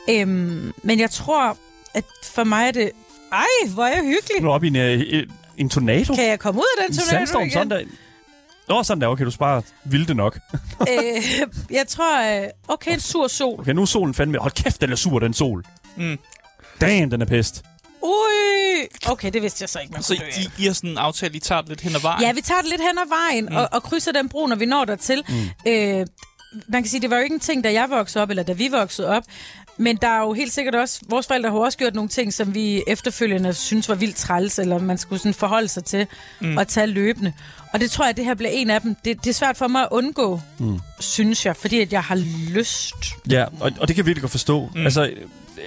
Øhm, men jeg tror, at for mig er det... Ej, hvor er jeg hyggelig. Nu er oppe i en, øh, en tornado. Kan jeg komme ud af den en tornado sandstorm, igen? sådan der. Nå, sådan der. Okay, du sparer vildt nok. Øh, jeg tror, øh, okay, en sur sol. Okay, nu er solen fandme... Hold kæft, den er sur, den sol. Mm. Damn, den er pest. Ui! Okay, det vidste jeg så ikke, man Så kunne dø af. Altså, I, I har sådan en aftale, I tager det lidt hen ad vejen. Ja, vi tager det lidt hen ad vejen mm. og, og krydser den bro, når vi når dertil. Mm. Øh, man kan sige, det var jo ikke en ting, da jeg voksede op, eller da vi voksede op. Men der er jo helt sikkert også, vores forældre har jo også gjort nogle ting, som vi efterfølgende synes var vildt træls, eller man skulle sådan forholde sig til mm. og tage løbende. Og det tror jeg, det her bliver en af dem. Det, det er svært for mig at undgå, mm. synes jeg, fordi at jeg har lyst. Ja, og, og det kan jeg virkelig godt forstå. Mm. Altså, øh,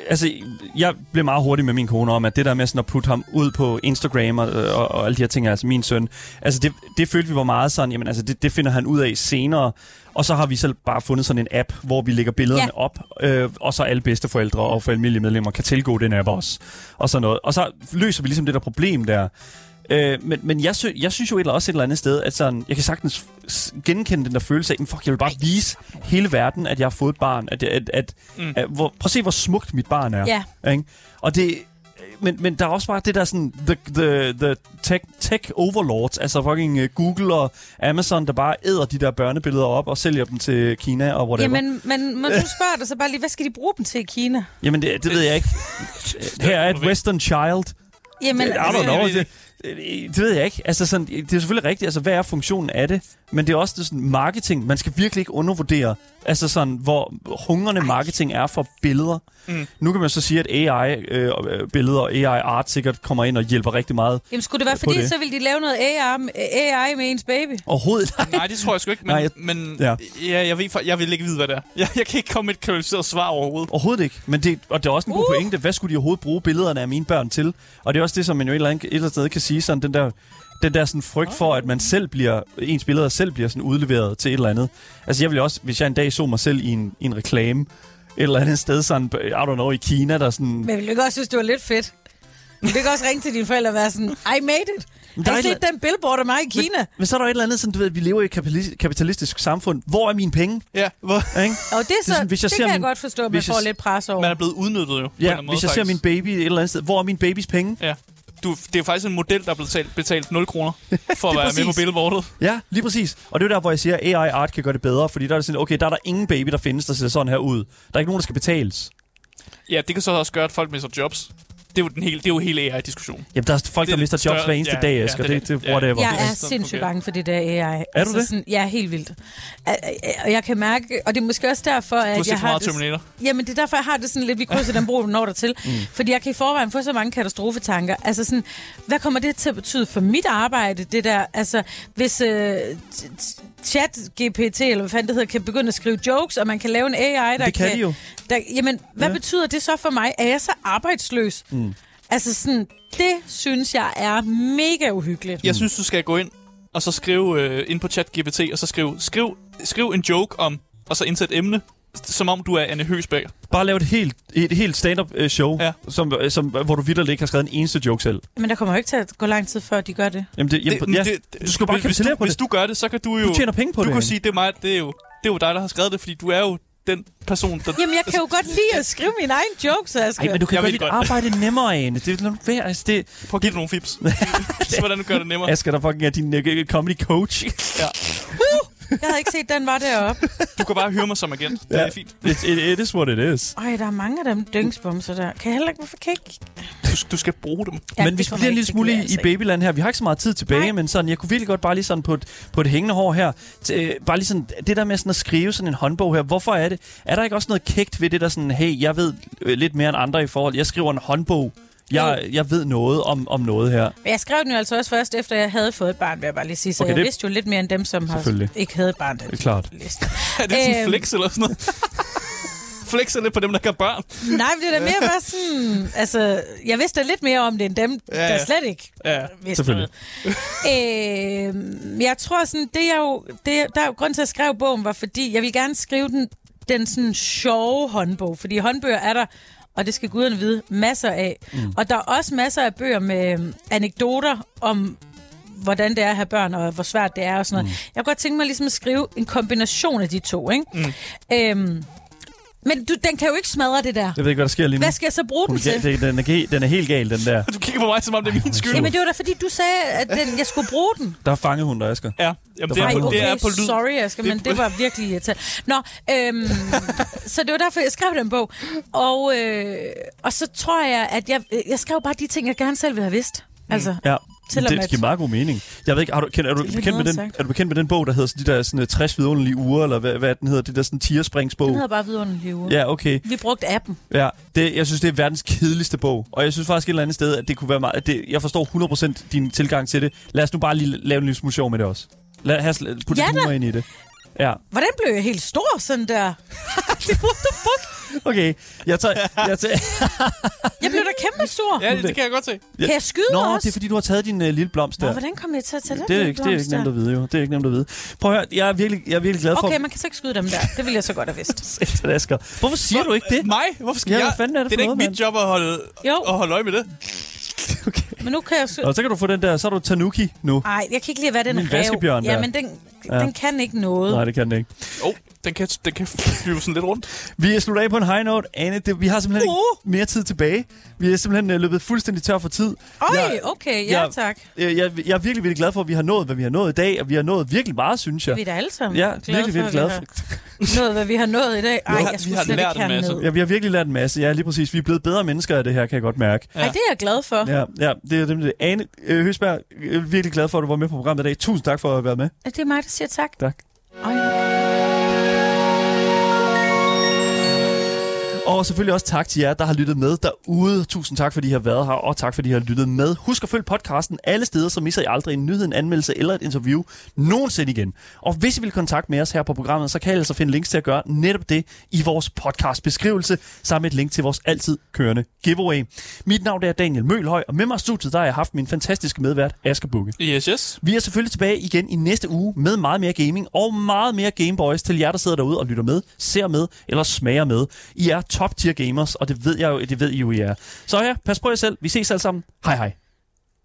altså, jeg blev meget hurtig med min kone om, at det der med sådan at putte ham ud på Instagram og, øh, og, og alle de her ting, altså min søn, altså det, det følte vi var meget sådan, jamen altså det, det finder han ud af senere. Og så har vi selv bare fundet sådan en app, hvor vi lægger billederne Ja. op, øh, og så alle bedsteforældre og familiemedlemmer kan tilgå den app også, og sådan noget. Og så løser vi ligesom det der problem der. Øh, men men jeg, sy- jeg synes jo eller også et eller andet sted, at sådan, jeg kan sagtens s- genkende den der følelse af, "Men fuck, jeg vil bare vise hele verden, at jeg har fået et barn. At, at, at, mm. at, hvor, prøv at se, hvor smukt mit barn er. Ja. Ikke? Og det, men, men der er også bare det der sådan, the, the, the tech, tech overlords, altså fucking øh, Google og Amazon, der bare æder de der børnebilleder op og sælger dem til Kina og whatever. Jamen, men må du <laughs> spørge dig så bare lige, hvad skal de bruge dem til i Kina? Jamen det, det ved jeg ikke. Her er et western child. Men, Jamen, Øh, I don't know. altså- Det, det ved jeg ikke. Altså sådan, det er selvfølgelig rigtigt. Altså, hvad er funktionen af det? Men det er også det er sådan, marketing. Man skal virkelig ikke undervurdere, altså sådan, hvor hungrende marketing er for billeder. Mm. Nu kan man så sige, at AI-billeder og AI-art sikkert kommer ind og hjælper rigtig meget. Jamen, skulle det være, På fordi det. så ville de lave noget AI, med- AI med ens baby? Overhovedet Nej, det tror jeg sgu ikke, men, Nej, Nej, jeg- jeg, men ja. ja. Ja, jeg, ved, fa- jeg vil ikke vide, hvad det er. <laughs> Jeg, jeg kan ikke komme med et kvalificeret svar overhovedet. Overhovedet ikke. Men det, og det er også en god uh. Uh. pointe. Hvad skulle de overhovedet bruge billederne af mine børn til? Og det er også det, som man jo et eller andet, et eller andet sted kan sige, sådan den der, den der sådan frygt for, at man selv bliver, ens billeder selv bliver sådan udleveret til et eller andet. Altså jeg ville også, hvis jeg en dag så mig selv i en, i en reklame, et eller andet sted, sådan, I don't know, i Kina, der sådan... Men jeg ville ikke også synes, det var lidt fedt. Du kan også ringe til dine forældre og være sådan, I made it. Har er I et set den billboard af mig i Kina? Men så er der jo et eller andet, sådan, du ved, vi lever i et kapitali- kapitalistisk samfund. Hvor er mine penge? Ja, hvor, Ikke? Og det, er så, sådan, det, hvis jeg det ser kan jeg min- godt forstå, at man hvis jeg får s- lidt pres over. man er blevet udnyttet jo. på en eller Ja, anden måde, hvis jeg ser min faktisk. baby et eller andet sted. Hvor er min babys penge? Ja. Du, det er jo faktisk en model, der er blevet betalt, betalt <laughs> 0 kroner for at være med på præcis. billboardet. Ja, lige præcis. Og det er jo der, hvor jeg siger, at AI art kan gøre det bedre, fordi der er det sådan, okay, der er der ingen baby, der findes, der ser sådan her ud. Der er ikke nogen, der skal betales. Ja, det kan så også gøre, at folk mister jobs. Det er jo, den hele, det er jo hele AI-diskussion. Jamen, der er folk, Det er der lidt mister jobs større- hver eneste ja, ja, dag, Asger. det er det, det, det. whatever. Ja. Det Jeg er sådan sindssygt fungerer. bange for det der AI. Er du det? Sådan, jeg er helt vildt. Al- al- Og jeg kan mærke, og det er måske også derfor, at Du har set jeg for har meget det, Terminator. Jamen, det er derfor, jeg har det sådan lidt, vi krydser den bro, vi når der til. Mm. Fordi jeg kan i forvejen få så mange katastrofetanker. Altså sådan, hvad kommer det til at betyde for mit arbejde, det der? Altså, hvis øh, t- t- chat-GPT, eller hvad fanden det hedder, kan begynde at skrive jokes, og man kan lave en AI, der Det kan de jo. Der, jamen, hvad Ja. ja. betyder det så for mig? Er jeg så arbejdsløs? Mm. Altså sådan, det synes jeg er mega uhyggeligt. Mm. Jeg synes, du skal gå ind og så skrive øh, ind på chat GPT, og så skrive, skriv, skriv en joke om, og så indsæt emne, som om du er Anne Høsberg. Bare lave et helt, et helt stand-up øh, show, ja. Ja. som, øh, som, hvor du vidderligt ikke har skrevet en eneste joke selv. Men der kommer jo ikke til at gå lang tid, før de gør det. Jamen, det, jamen, det, ja, det, du skal bare hvis, kapitalere du, på hvis det. du gør det, så kan du jo... Du tjener penge på det, du Du kan Anne. sige, det er mig, det er jo, det er jo dig, der har skrevet det, fordi du er jo den person, der... Jamen, jeg kan jo godt lide at skrive mine egne jokes, Asger. Ej, men du kan Jeg gøre ved dit det godt. arbejde nemmere, Ane. Det er noget værd. Altså, det, Prøv at give det nogle fips. <laughs> Så hvordan du gør det nemmere. Asger, der fucking er din uh, comedy coach. <laughs> Ja. Jeg havde ikke set, den var deroppe. Du kan bare hyre mig som agent. Det Ja. er fint. it, it, it, is what it is. Øj, der er mange af dem dyngsbomser der. Kan jeg heller ikke, hvorfor kan jeg ikke? Du, du skal bruge dem. Ja, men vi bliver en lille smule i, i baby. babyland her. Vi har ikke så meget tid tilbage, Nej. Nej. men sådan, jeg kunne virkelig godt bare lige sådan på et, på et hængende hår her. T, øh, bare lige sådan, det der med sådan at skrive sådan en håndbog her. Hvorfor er det? Er der ikke også noget kægt ved det der sådan, hey, jeg ved øh, lidt mere end andre i forhold. Jeg skriver en håndbog. Jeg, jeg ved noget om, om noget her. Jeg skrev den jo altså også først, efter jeg havde fået et barn, vil jeg bare lige sige. Så Okay, okay, jeg det- det... vidste jo lidt mere end dem, som har Selvfølgelig. ikke havde et barn. Det Klart. Er det sådan en Øhm. flex eller sådan <laughs> noget? Flexer lidt på dem, der kan børn. Nej, men det er da mere bare sådan... Altså, jeg vidste da lidt mere om det, end dem, ja, Ja, ja. der ja. slet ikke Ja. vidste Selvfølgelig. noget. <laughs> Øhm, jeg tror sådan, det er jo... Det, der er jo grund til, at jeg skrev bogen, var fordi, jeg ville gerne skrive den, den sådan sjove håndbog. Fordi håndbøger er der, og det skal guderne vide, masser af. Mm. Og der er også masser af bøger med øhm, anekdoter om hvordan det er at have børn, og hvor svært det er og sådan noget. Mm. Jeg kunne godt tænke mig ligesom at skrive en kombination af de to, ikke? Mm. Øhm, men du, den kan jo ikke smadre det der. Jeg ved ikke, hvad der sker lige nu. Hvad skal jeg så bruge Hun den er gal, til? det, den, er, ge- den er helt gal, den der. <laughs> Du kigger på mig, som om det er min skyld. Jamen, det var da fordi, du sagde, at den, jeg skulle bruge den. Der er fangehund, der Asger. Ja, jamen, det, var er, Ej, hul. okay. okay, det er på lyd. sorry, Asger, Det er men på- det var virkelig irriterende. Nå, øhm, så det var derfor, jeg skrev den bog. Og, øh, og så tror jeg, at jeg, jeg skrev bare de ting, jeg gerne selv ville have vidst. Altså, Mm. Ja. Selvom det at- giver meget god mening. Jeg ved ikke, har du, kend, er, du lidt bekendt med den, nederen sagt. er du bekendt med den bog, der hedder sådan de der sådan, øh, 60 vidunderlige uger, eller hvad, hvad den hedder, det der sådan tigerspringsbog? den hedder bare vidunderlige uger. Ja, okay. Vi brugte appen. Ja, det, jeg synes, det er verdens kedeligste bog. Og jeg synes faktisk et eller andet sted, at det kunne være meget... at Det, jeg forstår 100% din tilgang til det. Lad os nu bare lige lave en lille smule sjov med det også. Lad os putte Ja ja, da. humor ind i det. Ja, Hvordan blev jeg helt stor sådan <laughs> der? okay. Jeg <laughs> tager... Jeg tager Jeg blev da kæmpe stor. Ja, det, det kan jeg godt se. Ja. Kan jeg skyde Nå, også? det er fordi, du har taget din øh, lille blomst der. Nå, hvordan kom jeg til at tage den? det, er lille ikke, det er blomst ikke nemt der? at vide, jo. Det er ikke nemt at vide. Prøv at høre, jeg er virkelig, jeg er virkelig glad for... <laughs> Okay, man kan så ikke skyde dem der. Det ville jeg så godt have vidst. Satan, Asger. Hvorfor siger du ikke det? Mig? Hvorfor skal Ja, jeg? hvad fanden er det det er for da noget, ikke mit job at holde, Jo. at holde øje med det. Men nu kan jeg... skyde- Og så kan du få den der... Så er du Tanuki nu. Ej, jeg kan ikke lide, hvad den Min ræv... vaskebjørn der. Ja, men den, Ja. ja. den kan ikke noget. Nej, det kan den ikke. Oh, den kan, den kan flyve sådan lidt rundt. Vi er slutter af på en high note. Anne, det, vi har simpelthen ikke Uh. mere tid tilbage. Vi er simpelthen øh, løbet fuldstændig tør for tid. Oj, Jeg- okay, ja, jeg- tak. Øh, Jeg, jeg er virkelig, virkelig glad for, at vi har nået, hvad vi har nået i dag, og vi har nået virkelig meget, synes jeg. Vi er da alle sammen Ja, glade virkelig, virkelig glad for, at vi <laughs> har nået, hvad vi har nået i dag. Ej, har- jeg vi skulle har slet lært ikke en masse. herned. Ja, vi har virkelig lært en masse. Ja, lige præcis. Vi er blevet bedre mennesker af det her, kan jeg godt mærke. Ej, det er jeg glad for. Ja, ja det er nemlig det. Ane øh, Høsberg, jeg er virkelig glad for, at du var med på programmet i dag. Tusind tak for at være med. Det er mig, der siger tak. Tak. Ej. Og selvfølgelig også tak til jer, der har lyttet med derude. Tusind tak, fordi I har været her, og tak, fordi I har lyttet med. Husk at følge podcasten alle steder, så misser I aldrig en nyhed, en anmeldelse eller et interview nogensinde igen. Og hvis I vil kontakte med os her på programmet, så kan I altså finde links til at gøre netop det i vores podcastbeskrivelse, sammen med et link til vores altid kørende giveaway. Mit navn er Daniel Mølhøj, og med mig i studiet, der har jeg haft min fantastiske medvært, Asger Bukke. Yes, yes. Vi er selvfølgelig tilbage igen i næste uge med meget mere gaming og meget mere Gameboys til jer, der sidder derude og lytter med, ser med eller smager med. I er top tier gamers, og det ved jeg jo, det ved I jo, I er. Så ja, pas på jer selv. Vi ses alle sammen. Hej hej.